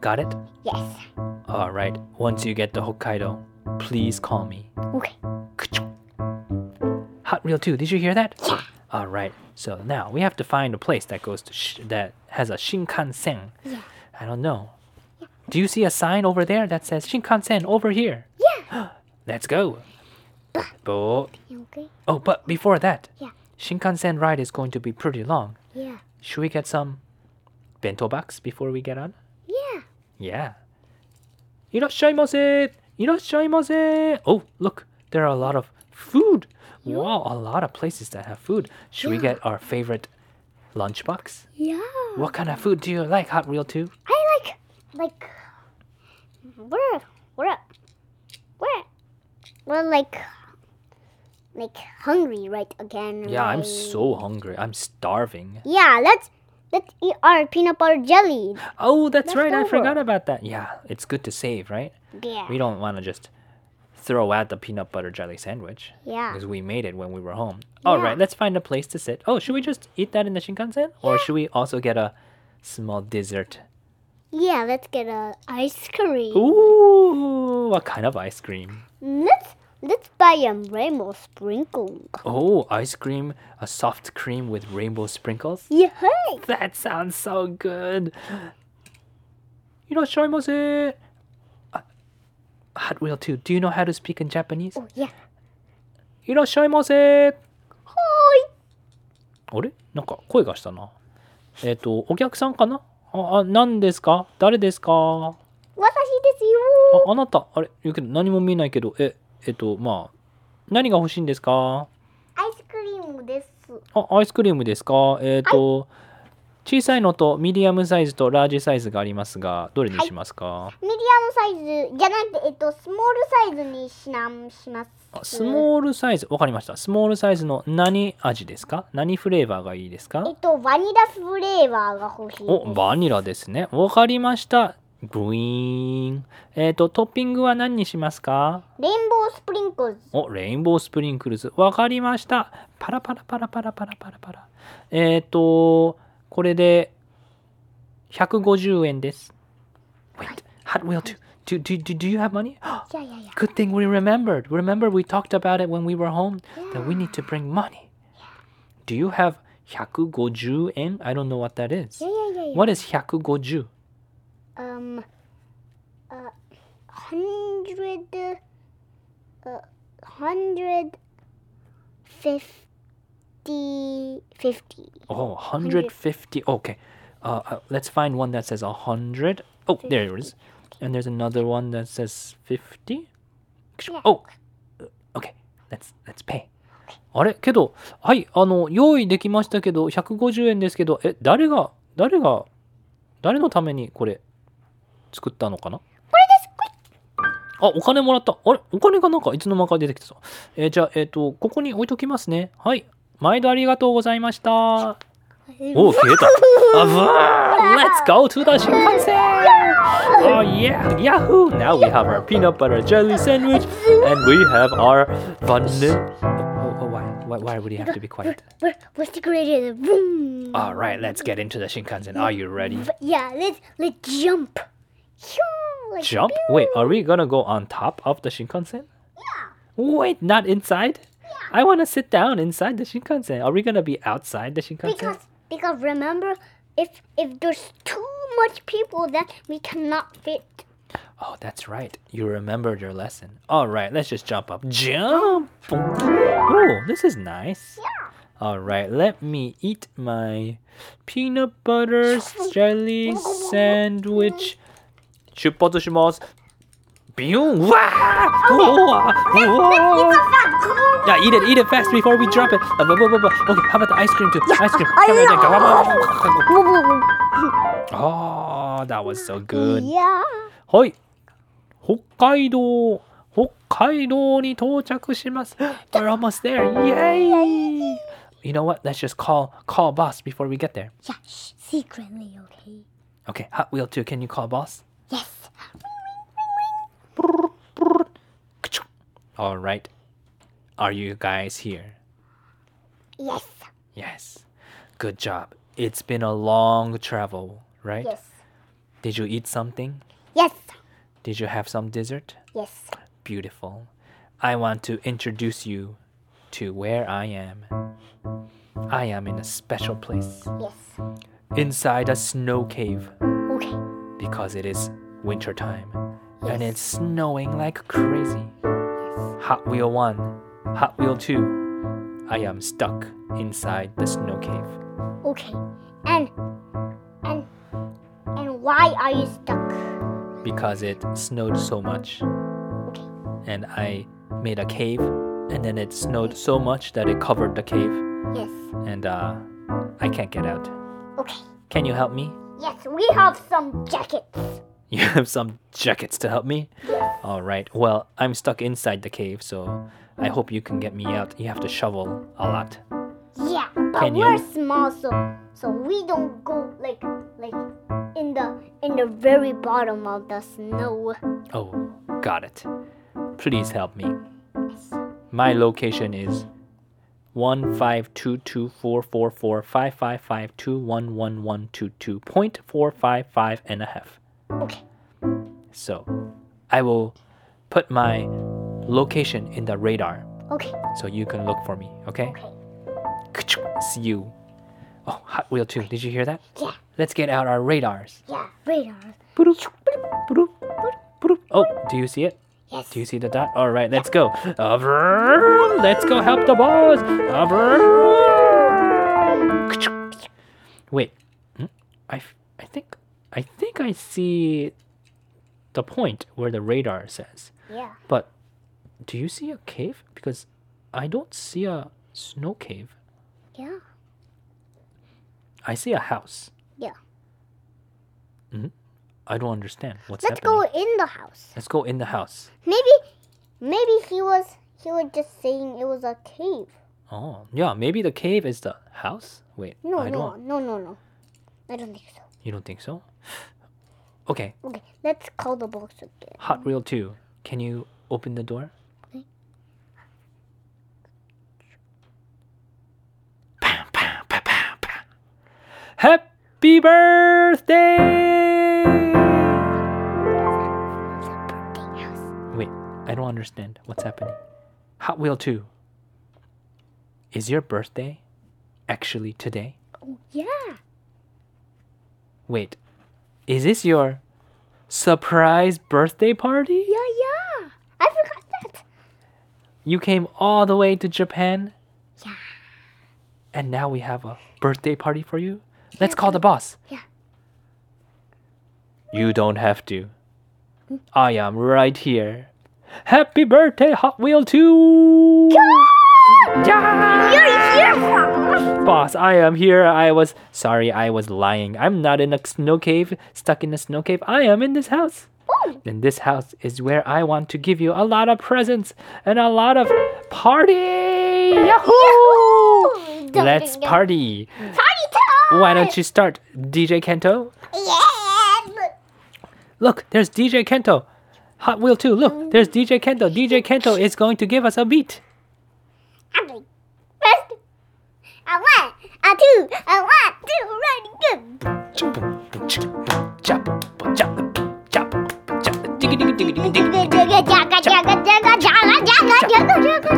S1: Got it?
S2: Yes.
S1: All right. Once you get to Hokkaido, please call me.
S2: Okay.
S1: Hot Reel 2, did you hear that? All right. So now we have to find a place that goes to sh- that has a Shinkansen.
S2: Yeah.
S1: I don't know. Do you see a sign over there that says Shinkansen over here?
S2: Yeah.
S1: Let's go. Bo-
S2: Okay.
S1: oh, but before that,
S2: Yeah.
S1: Shinkansen ride is going to be pretty long.
S2: Yeah.
S1: Should we get some bento box before we get on?
S2: Yeah.
S1: Yeah. いらっしゃいませ! Oh, look, there are a lot of food. Wow, a lot of places that have food. Should we get our favorite lunchbox?
S2: Yeah.
S1: What kind of food do you like, Hot Wheel 2?
S2: I like like we're we're we're we're like like hungry right again.
S1: Yeah, I'm
S2: right?
S1: so hungry. I'm starving.
S2: Yeah, let's let's eat our peanut butter jelly.
S1: Oh, that's right. I
S2: Leftover.
S1: forgot about that. Yeah, it's good to save, right?
S2: Yeah.
S1: We don't want to just throw out the peanut butter jelly sandwich
S2: Yeah.
S1: because we made it when we were home. All right, let's find a place to sit. Oh, should we just eat that in the Shinkansen? Or should we also get a small dessert?
S2: Yeah, let's get a ice cream.
S1: Ooh, what kind of ice cream?
S2: Let's let's buy a rainbow sprinkle.
S1: Oh, ice cream, a soft cream with rainbow sprinkles?
S2: Yeah.
S1: That sounds so good. いらっしゃいませ. Uh, Hot Wheel 2, do you know how to speak in Japanese?
S2: Oh yeah.
S1: いらっしゃいませ.
S2: Hi.
S1: あれなんか声がしたな。えっ、と、お客さんかなあ、あ、何ですか誰ですかあ、
S2: Watashi desu yo.
S1: あなた。あれ言うけど何も見えないけど、え、えっ、と、まあ、何が欲しいんですか
S2: Ice cream desu.
S1: あ、アイスクリームですかえっ、と、小さいのとミディアムサイズとラージサイズがありますが、どれにしますか、
S2: ミディアムサイズじゃなくて、えっと、スモールサイズにしなんします。
S1: あスモールサイズ、わかりました。スモールサイズの何味ですか何フレーバーがいいですか
S2: えっと、バニラフレーバーが欲しい。
S1: お、バニラですね。わかりました。グイーン。えっ、と、トッピングは何にしますか
S2: レインボースプリンクルズ。
S1: お、レインボースプリンクルズ。わかりました。パラパラパラパラパラパラパラ。えっ、と、これで150円です。Wait, Hot Wheel 2. Do, do, do, do you have money?
S2: いやいやいや。
S1: Good thing we remembered. Remember, we talked about it when we were home that we need to bring money. Do you have 150 yen? I don't know what that is.
S2: いやいやいやいや。
S1: What is 150?
S2: Um, uh, hundred, uh, hundred 50, 50.
S1: Oh, 150. Okay. Uh, uh, let's find one that says 100. Oh, there it is. And there's another one that says 50. Oh, okay. Let's, let's pay. あれけど、はい、あの、用意できましたけど、150円ですけど、え、誰が、誰が、誰のためにこれ、作ったのかな
S2: これですこれ
S1: あ、お金もらった。あれお金がなんかいつの間にか出てきてた。えーじゃあ、えっ、と、ここに置いときますね。はい。毎度ありがとうございました。おお、消えた。あぶー !Let's go to the 新幹線 Oh yeah! Yahoo! Now we have our peanut butter jelly sandwich and we have our vanilla. Oh, oh, why? why? Why would you have to be quiet?
S2: We're, we're decorated. Vroom.
S1: Alright, let's get into the Shinkansen. Are you ready?
S2: Yeah, let's let's jump. Phew, like
S1: Jump? Wait, are we gonna go on top of the Shinkansen? Wait, not inside? I wanna sit down inside the Shinkansen. Are we gonna be outside the Shinkansen?
S2: Because because remember, if if there's too much people, then we cannot fit.
S1: Oh, that's right. You remembered your lesson. All right, let's just jump up. Jump! Oh, this is nice.
S2: Yeah.
S1: All right, let me eat my peanut butter jelly sandwich. 出発します. Bium! Wow! Yeah, eat it, eat it fast before we drop it. Uh, bu- bu- bu- bu- Okay, how about the ice cream too? Ice cream.
S2: I
S1: Come on,
S2: love-
S1: Oh, that was so good.
S2: Yeah.
S1: はい。北海道、北海道に到着します。We're almost there. Yay! You know what? Let's just call call boss before we get there.
S2: Yeah. Shh, secretly, okay.
S1: Okay, Hot Wheel 2, can you call boss?
S2: Yes.
S1: All right. Are you guys here?
S2: Yes.
S1: Yes. Good job. It's been a long travel, right?
S2: Yes.
S1: Did you eat something?
S2: Yes.
S1: Did you have some dessert?
S2: Yes.
S1: beautiful. I want to introduce you to where I am. I am in a special place
S2: Yes.
S1: inside a snow cave
S2: Okay.
S1: because it is winter time and it's snowing like crazy. Hot Wheel 1, Hot Wheel 2. I am stuck inside the snow cave
S2: Okay. And and and why are you stuck?
S1: because it snowed so much
S2: Okay.
S1: and I made a cave and then it snowed so much that it covered the cave
S2: Yes.
S1: and uh I can't get out.
S2: Okay.
S1: Can you help me?
S2: Yes, we have some jackets.
S1: You have some jackets to help me? All right. Well, I'm stuck inside the cave, so I hope you can get me out. You have to shovel a lot.
S2: Yeah, but
S1: Can you?
S2: we're small, so so we don't go like like in the in the very bottom of the snow.
S1: Oh, got it. Please help me. My location is 152244455521122.455 and a half.
S2: Okay.
S1: So, I will put my location in the radar
S2: Okay.
S1: so you can look for me, okay?
S2: Okay.
S1: See you. Oh, Hot Wheel 2. Did you hear that?
S2: Yeah.
S1: Let's get out our radars.
S2: Yeah. Radar.
S1: Boop, boop, boop. Oh, do you see it?
S2: Yes.
S1: Do you see the dot? All right, let's go. Uh, vroom. Let's go help the boss. Uh, vroom. Wait, Hmm? I, f- I think I think I see the point where the radar says.
S2: Yeah.
S1: But do you see a cave? Because I don't see a snow cave.
S2: Yeah.
S1: I see a house. Mm-hmm.
S2: Yeah.
S1: I don't understand what's
S2: Let's
S1: happening.
S2: go in the house.
S1: Let's go in the house.
S2: Maybe maybe he was he was just saying it was a cave.
S1: Oh, yeah, maybe the cave is the house? Wait,
S2: No,
S1: I
S2: no,
S1: don't.
S2: no, no, no. I don't think so.
S1: You don't think so? Okay,
S2: Okay, let's call the box again.
S1: Hot Wheel 2. Can you open the door? Pow, pow, pow, pow, pow. Happy birthday!
S2: Birthday house.
S1: Wait, I don't understand what's happening. Hot Wheel 2. Is your birthday actually today?
S2: Oh yeah.
S1: Wait, is this your surprise birthday party?
S2: Yeah, yeah. I forgot that.
S1: You came all the way to Japan
S2: Yeah.
S1: And now we have a birthday party for you. Let's call the boss.
S2: Yeah.
S1: You don't have to.
S2: Hmm?
S1: I am right here. Happy birthday, Hot Wheel 2! Yeah!
S2: You're here from.
S1: Boss, I am here. I was sorry, I was lying. I'm not in a snow cave, stuck in a snow cave. I am in this house.
S2: Ooh.
S1: And this house is where I want to give you a lot of presents and a lot of party. Yahoo!
S2: Yahoo!
S1: Let's party.
S2: Party time!
S1: Why don't you start, DJ Kento?
S2: Yeah. look.
S1: Look, there's DJ Kento. Hot Wheel 2, look, there's DJ Kento. DJ Kento is going to give us a beat.
S2: Okay. First, a one, a two, a one, two, ready, go. Jugga, jugga, jugga, jugga, jugga, jugga, jugga, jugga, jugga,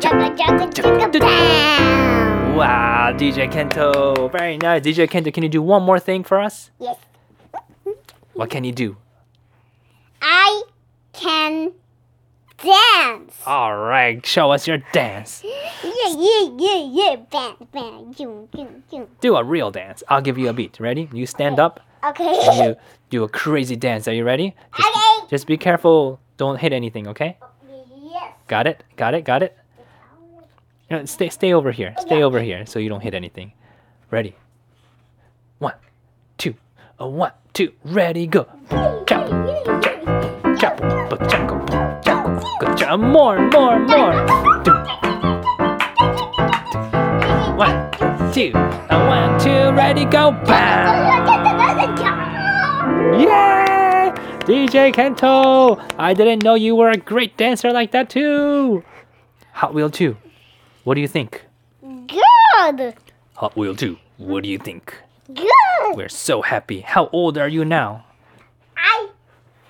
S2: jugga, jugga, jugga, bam.
S1: Wow, DJ Kento. Very nice. DJ Kento, can you do one more thing for us?
S2: Yes,
S1: What can you do?
S2: I can dance.
S1: All right, show us your dance.
S2: Yeah, yeah, yeah, yeah, bam, bam, zoom, zoom, zoom.
S1: Do a real dance. I'll give you a beat. Ready? You stand up and
S2: Okay.
S1: you do a crazy dance. Are you ready? Just,
S2: Okay.
S1: just be careful. Don't hit anything, okay?
S2: Yes.
S1: Got it? Got it? Got it? Uh, Stay, stay over here. Stay
S2: Yeah.
S1: over here so you don't hit anything. Ready? One, two, a one, two, ready, go. Chop, chop, ba- chop, go, ba- chop, go, chop. More, more, more. Dum, One, two, a one, two, ready, go. Bam! Yay! DJ Kento! I didn't know you were a great dancer like that too! Hot Wheel 2, what do you think?
S2: Good.
S1: Hot Wheel 2, what do you think?
S2: Good.
S1: We're so happy. How old are you now?
S2: I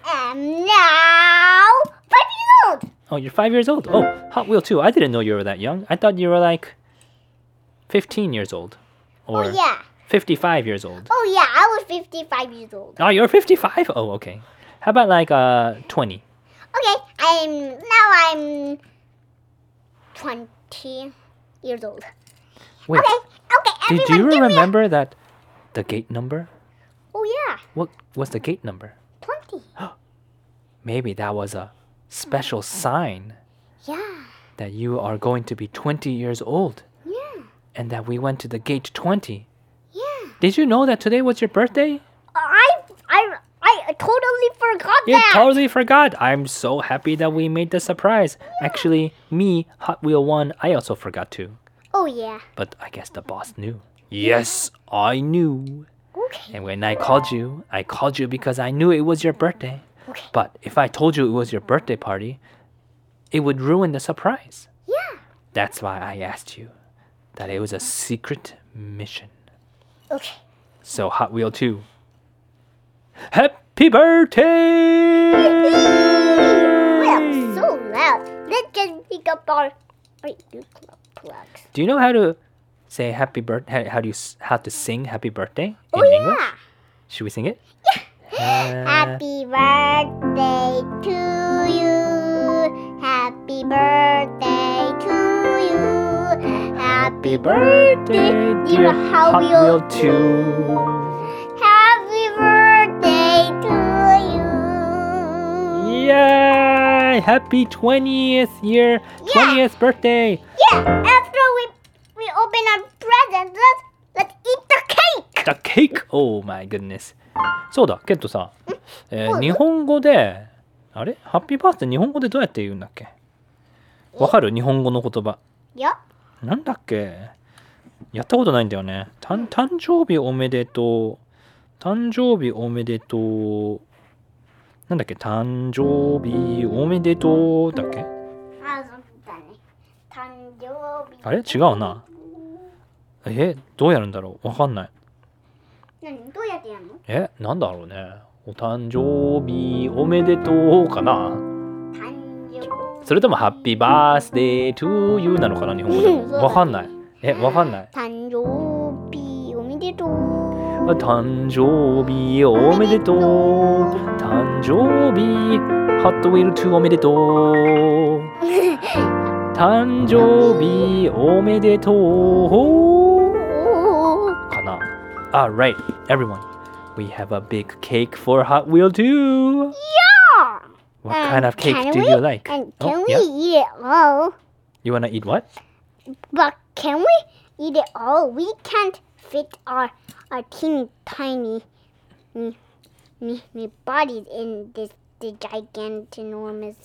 S2: am now five years old.
S1: Oh, you're five years old. Oh, Hot Wheel 2, I didn't know you were that young. I thought you were like 15 years old. Or
S2: Oh yeah.
S1: 55 years old.
S2: Oh yeah. I was fifty-five years old.
S1: Oh, you're 55? Oh, okay. How about like uh 20?
S2: Okay. I'm now I'm twenty years old.
S1: Wait,
S2: Okay. Okay.
S1: did
S2: everyone,
S1: you
S2: give me a-
S1: remember that the gate number?
S2: Oh yeah.
S1: What was the gate number?
S2: Twenty.
S1: Maybe that was a special sign
S2: Yeah.
S1: that you are going to be 20 years old
S2: Yeah.
S1: and that we went to the gate 20.
S2: Yeah.
S1: Did you know that today was your birthday?
S2: I I I totally forgot
S1: You
S2: that.
S1: totally forgot. I'm so happy that we made the surprise. Actually, me, Hot Wheel 1, I also forgot too.
S2: oh yeah.
S1: But I guess the boss knew. Yes, I knew.
S2: Okay.
S1: And when I called you, I called you because I knew it was your birthday.
S2: Okay.
S1: But if I told you it was your birthday party, it would ruin the surprise.
S2: Yeah.
S1: That's why I asked you that it was a secret mission.
S2: Okay.
S1: So Hot Wheel 2. Happy birthday!
S2: Well, so loud. Let's just pick up our radio club plugs.
S1: Do you know how to say happy birthday? How, how do you s- how to sing happy birthday in
S2: Oh
S1: English?
S2: yeah.
S1: Should we sing it? Uh,
S2: Happy birthday to you. Happy birthday to you. Happy
S1: birthday,
S2: dear Hot Wheel
S1: 2.
S2: happy birthday to you.
S1: Yay! Happy 20th year, 20th birthday.
S2: Yeah, after we we open our presents, let's let's eat the cake.
S1: The cake! Oh my goodness. そうだ、ケントさん。えー日本語で、あれハッピーバースデー日本語でどうやって言うんだっけわかる日本語の言葉。
S2: Yup.
S1: なんだっけやったことないんだよね。たん誕生日おめでとう。誕生日おめでとう。なんだっけ誕生日おめでとうだっけ
S2: あ、そうだね。誕生日。
S1: あれ違うな。え、どうやるんだろうわかんない。
S2: 何どうやってやるの？
S1: え、なんだろうね。お誕生日おめでとうかな
S2: 誕生日。
S1: それともハッピーバースデートゥーユーなのかな日本語
S2: うんそう
S1: で。
S2: だね
S1: わかんない。え、わかんない。
S2: 誕生日おめでとう。
S1: 誕生日おめでとう誕生日ハットウィル2おめでとう誕生日おめでとう
S2: Ooh.
S1: かな Alright, everyone. We have a big cake for Hot Wheel too.
S2: Yeah.
S1: What kind of cake
S2: Uh, can
S1: do
S2: we,
S1: you like?
S2: And
S1: Oh,
S2: can we
S1: yeah.
S2: eat it all?
S1: You wanna eat what?
S2: But can we eat it all? We can't fit our our teeny tiny mm, me, me bodies in this the gigantinormous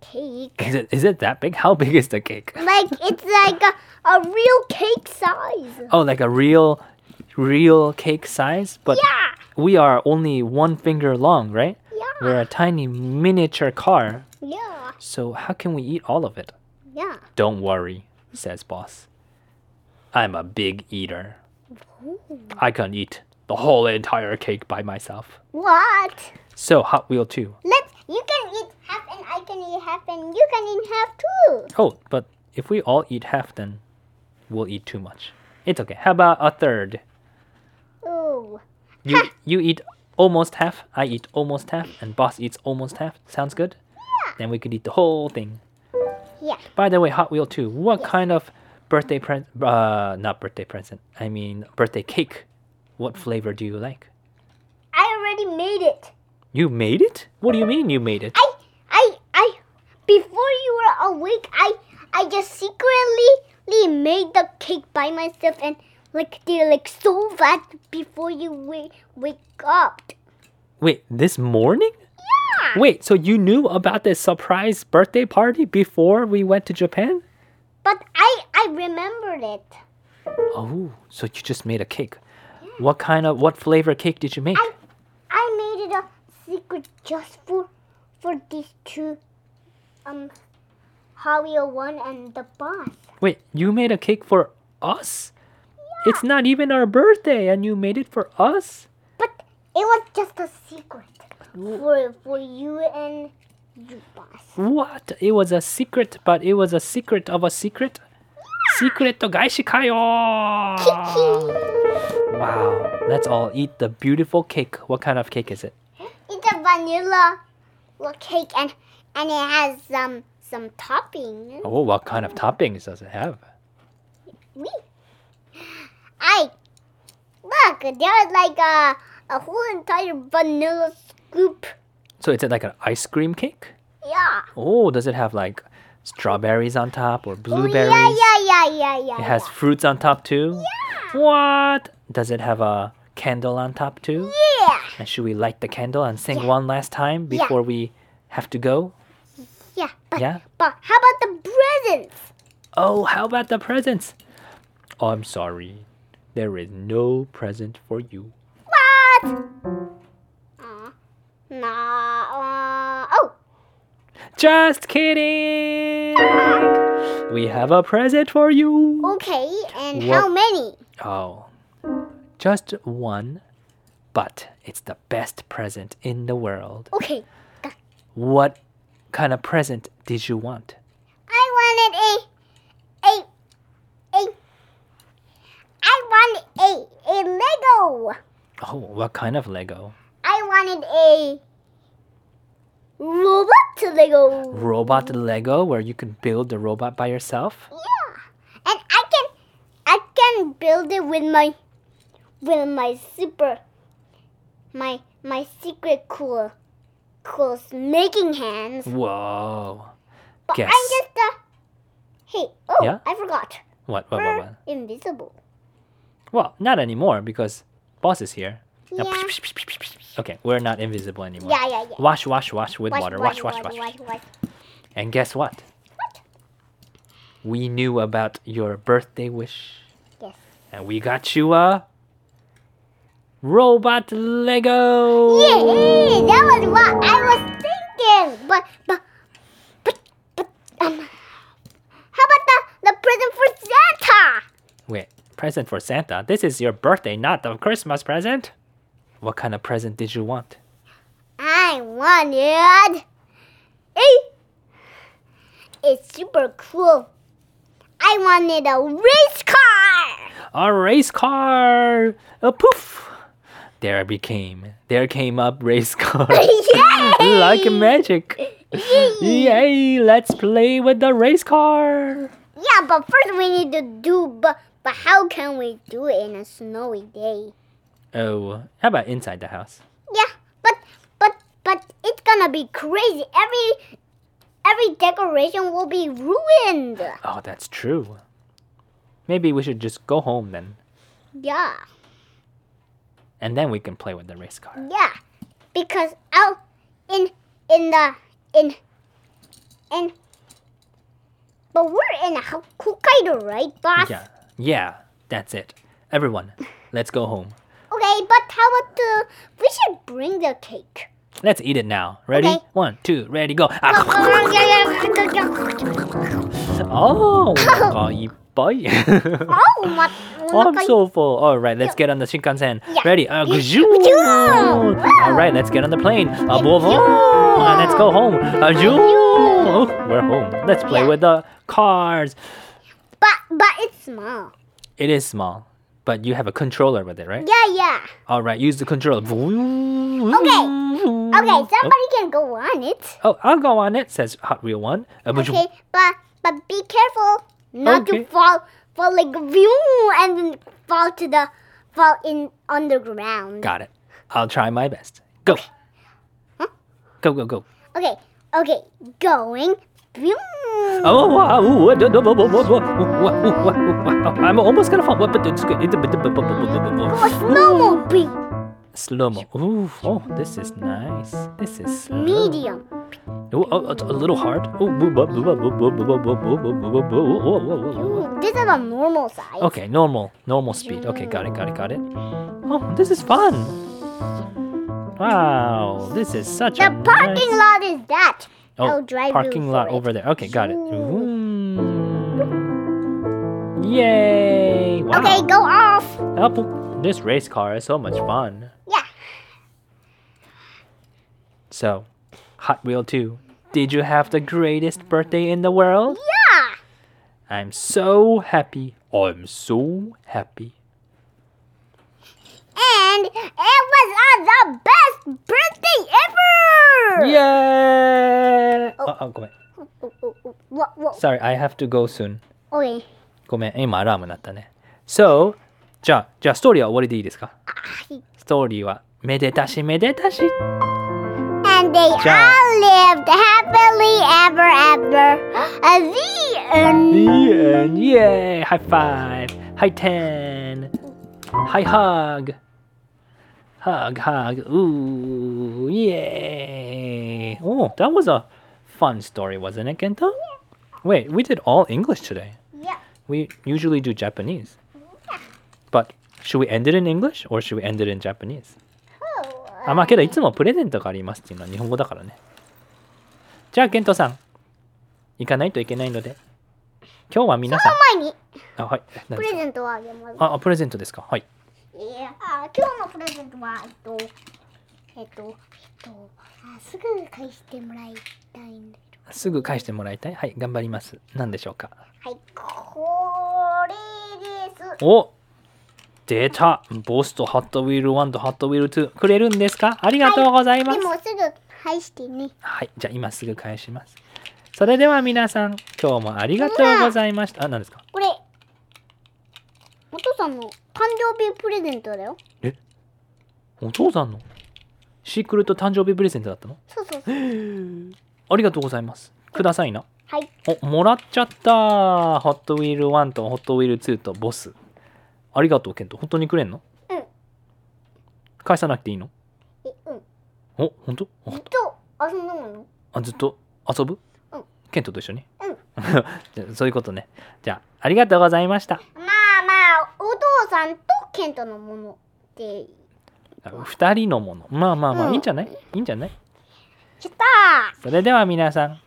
S2: cake.
S1: Is it is it that big? How big is the cake?
S2: Like it's like a, a real cake size.
S1: Oh, like a real real cake size, but
S2: Yeah,
S1: we are only one finger long, right?
S2: yeah,
S1: We're a tiny miniature car,
S2: yeah,
S1: so how can we eat all of it?
S2: yeah.
S1: Don't worry, says boss. I'm a big eater. I can eat the whole entire cake by myself.
S2: What?
S1: So Hot Wheel 2.
S2: Let's. You can eat half, and I can eat half, and you can eat half too.
S1: Oh, but if we all eat half, then we'll eat too much. It's okay. How about a third?
S2: Ooh.
S1: You you eat almost half. I eat almost half, and boss eats almost half. Sounds good. Then we could eat the whole thing.
S2: Yeah.
S1: By the way, Hot Wheel 2, what kind of birthday present, uh, not birthday present, I mean birthday cake, what flavor do you like?
S2: I already made it.
S1: You made it? What do you mean you made it?
S2: I I I before you were awake, I I just secretly made the cake by myself and like did it like so fast before you wake wake up.
S1: Wait, this morning?
S2: Yeah.
S1: Wait, so you knew about this surprise birthday party before we went to Japan?
S2: But I I remembered it.
S1: Oh, so you just made a cake. What kind of, what flavor cake did you make?
S2: I I made it a secret just for for these two um Hawio one and the boss.
S1: Wait, you made a cake for us? It's not even our birthday, and you made it for us?
S2: But it was just a secret for for you and you boss.
S1: What? It was a secret, but it was a secret of a secret? Secret to Ah. Gaishikayo! wow. Let's all eat the beautiful cake. What kind of cake is it?
S2: It's a vanilla little cake and and it has some some topping.
S1: Oh, what kind of toppings does it have?
S2: We I look there's like a a whole entire vanilla scoop.
S1: So is it like an ice cream cake?
S2: Yeah.
S1: Oh, does it have like strawberries on top or
S2: Oh,
S1: blueberries?
S2: Yeah yeah yeah yeah yeah.
S1: It has fruits on top too? Yeah. What? Does it have a candle on top too?
S2: yeah.
S1: And should we light the candle and sing one last time before we have to go?
S2: Yeah. But
S1: Yeah?
S2: but how about the presents?
S1: Oh, how about the presents? I'm sorry. There is no present for you.
S2: What? Uh, nah. Uh, oh.
S1: Just kidding! We have a present for you.
S2: Okay. And
S1: What-
S2: how many?
S1: Oh, just one, but it's the best present in the world.
S2: Okay.
S1: What kind of present did you want?
S2: I wanted a a a I wanted a a Lego.
S1: Oh, what kind of Lego?
S2: I wanted a robot Lego.
S1: Robot Lego, where you can build the robot by yourself?
S2: Yeah. And I can I can build it with my with my super my my secret cool cool making hands.
S1: Whoa.
S2: But
S1: Guess.
S2: I'm just a Hey, oh,
S1: Yeah?
S2: I forgot.
S1: What, what, what,
S2: We're
S1: what?
S2: invisible.
S1: Well, not anymore because boss is here. Now,
S2: Yeah.
S1: Okay, we're not invisible anymore.
S2: Yeah, yeah, yeah.
S1: Wash, wash, wash with water. Wash, wash, wash.
S2: wash.
S1: And guess what? We knew about your birthday wish,
S2: Yes.
S1: and we got you a robot Lego.
S2: Yeah, that was what I was thinking. But but but but um, how about the the present for Santa?
S1: Wait, present for Santa. This is your birthday, not the Christmas present. What kind of present did you want?
S2: I wanted a a super cool. I wanted a race car.
S1: a race car. A poof. There became. There came up race car.
S2: Yay!
S1: like magic. Yay! Let's play with the race car!
S2: Yeah, but first we need to do. But but how can we do it in a snowy day?
S1: Oh, how about inside the house?
S2: Yeah, but but but it's gonna be crazy. Every every decoration will be ruined.
S1: Oh, that's true. Maybe we should just go home then,
S2: Yeah,
S1: and then we can play with the race car.
S2: yeah, because out in in the in in. But we're in Hok- Hokkaido, right, boss?
S1: Yeah, yeah, that's it. Everyone, let's go home.
S2: Okay, but how about the? We should bring the cake.
S1: Let's eat it now. Ready?
S2: Okay.
S1: One, two, ready, go. Ah, oh,
S2: oh,
S1: お腹いっぱい。
S2: Oh, my!
S1: I'm so full. All right, let's get on the Shinkansen.
S2: Yeah.
S1: Ready? Uh,
S2: Yeah.
S1: gzhoo.
S2: Gzhoo.
S1: All right, let's get on the plane. Uh, blah, blah.
S2: Gzhoo.
S1: Uh, let's go home. Uh, gzhoo.
S2: Gzhoo.
S1: We're home. Let's play
S2: Yeah.
S1: with the cars.
S2: But but it's small.
S1: It is small, but you have a controller with it, right?
S2: Yeah, yeah.
S1: All right, use the controller. Okay.
S2: Okay,
S1: Okay.
S2: somebody can go on it.
S1: Oh, I'll go on it. Says Hot Wheel One. Uh, gzhoo.
S2: Okay, but but be careful not
S1: Okay.
S2: to fall fall like view and then fall to the fall in on the ground.
S1: Got it. I'll try my best. Go.
S2: Huh?
S1: Go go go.
S2: Okay, okay, going. Vroom.
S1: Oh, wow. Ooh, uh, duh, duh, blah, blah, blah, blah. Ooh, wow, ooh, wow, ooh, wow. I'm almost gonna fall. But it's good. It's a bit- blah, blah, blah, blah, blah,
S2: A
S1: blah.
S2: snowmobile,
S1: Slow mo. Ooh, oh, this is nice. This is slow.
S2: medium.
S1: Ooh, oh, it's a little hard. Ooh, boo, blah, blah, blah, blah, blah, blah, blah, blah, blah, blah, blah. Ooh, whoa, whoa, whoa, whoa.
S2: Ooh, this is a normal size.
S1: Okay, normal, normal speed. Okay, got it, got it, got it. Oh, this is fun. Wow, this is such
S2: The
S1: a
S2: parking
S1: nice...
S2: lot is that.
S1: Oh,
S2: I'll drive you
S1: parking lot
S2: for it.
S1: over there. Okay, got it. Vroom. Yay! Wow.
S2: Okay, go off.
S1: Apple, this race car is so much fun.
S2: Yeah.
S1: So, Hot Wheel 2, did you have the greatest birthday in the world?
S2: Yeah.
S1: I'm so happy. I'm so happy.
S2: and it was uh, the best birthday ever.
S1: Yeah! Oh, oh, ごめん。
S2: Oh, oh, oh, wha- wha-
S1: Sorry, I have to go soon.
S2: Okay.
S1: ごめん、今アラームなったね。So, じゃあ、じゃあストーリーは終わりでいいですか
S2: はい
S1: ストーリーは、めでたしめでたし。
S2: And they
S1: Ciao.
S2: all lived happily ever after. At the end.
S1: イエーイイエーイハイファイブハイテンハイハグハグハグウーイエーイ Oh, that was a fun story, wasn't it, Kenta? Wait, we did all English today.
S2: Yeah.
S1: We usually do Japanese. But should we end it in English or should we end it in Japanese?
S2: Oh,
S1: あ、まあけどいつもプレゼントがありますっていうのは日本語だからね。じゃあ、ケントさん、行かないといけないので、今日は皆さん、
S2: 前に
S1: あ、はい。何
S2: プ
S1: です
S2: レ
S1: か
S2: ゼントをあげます。
S1: あ、あプレゼントですか。はい。
S2: いやあ今日のプレゼントは、えっと、えっと、えっと、あすぐ返してもらいたいんだけ
S1: すぐ返してもらいたい。はい、頑張ります。何でしょうか。
S2: ど。はい、これです。
S1: お出たボスとハットウィール1とハットウィール2くれるんですかありがとうございます。
S2: でもすぐ返してね。
S1: はい、じゃあ今すぐ返します。それでは皆さん、今日もありがとうございました。あ、何ですか
S2: これ、お父さんの誕生日プレゼントだよ。
S1: えお父さんのシークレット誕生日プレゼントだ ったの
S2: そうそうそう。
S1: ありがとうございます。くださいな。
S2: はい。
S1: お、もらっちゃった。ホットウィール1とホットウィール2とボス。ありがとう、ケント。本当にくれんの
S2: うん。
S1: 返さなくていいの
S2: え、うん。
S1: お、本当わか
S2: ず
S1: っ
S2: っと遊んでもの
S1: たあ、ずっと遊ぶ
S2: うん
S1: ケントと一緒に
S2: うん。
S1: じゃあそういうことね。じゃあ、ありがとうございました。
S2: まあまあ、お父さんとケントのものって
S1: 二人のもの。まあまあまあ、
S2: うん
S1: いいんじゃないいいんじゃない
S2: やった
S1: それでは皆さん。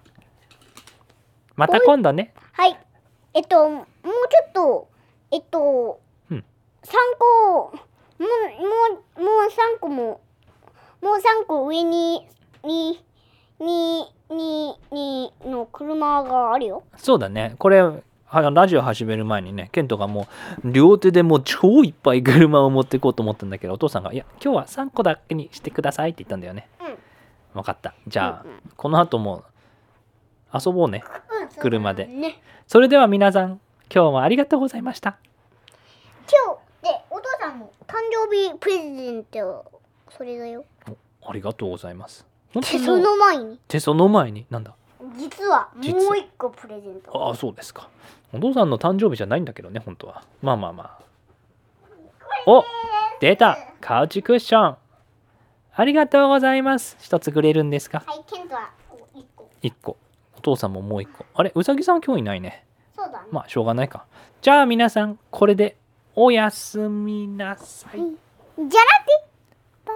S1: また
S2: おい
S1: 今度ね。
S2: ーはい。えっと、もうちょっと、えっと、
S1: うん
S2: 3個、もう、もう、もう3個も、もう3個上に、に、に、に、に、の車があるよ。
S1: そうだね。これ、あのラジオ始める前にね、ケントがもう、両手でもう超いっぱい車を持っていこうと思ったんだけど、お父さんが、いや、今日は3個だけにしてくださいって言ったんだよね。
S2: うん。
S1: わかった。じゃあ、
S2: うんう
S1: この後も、遊ぼうね。
S2: うんそう
S1: 車で
S2: ね
S1: それでは皆さん、今日もありがとうございました。
S2: 今日でお父さんの誕生日プレゼントそれだよ
S1: ありがとうございます。本当
S2: で
S1: に
S2: その前に
S1: でその前に、なんだ
S2: 実はも
S1: 実
S2: う一個プレゼント
S1: ああ、そうですか。お父さんの誕生日じゃないんだけどね、本当は。まあまあまあ。お出たカウチクッションありがとうございます。一つくれるんですか
S2: はいケントは一個
S1: 一個。お父さんももう一個。あれうさぎさん今日いないね。
S2: そうだね
S1: まあ、しょうがないか。じゃあ皆さん、これでおやすみなさい。
S2: じゃなくて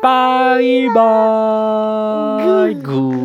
S1: バイバーイ。
S2: グ
S1: グー。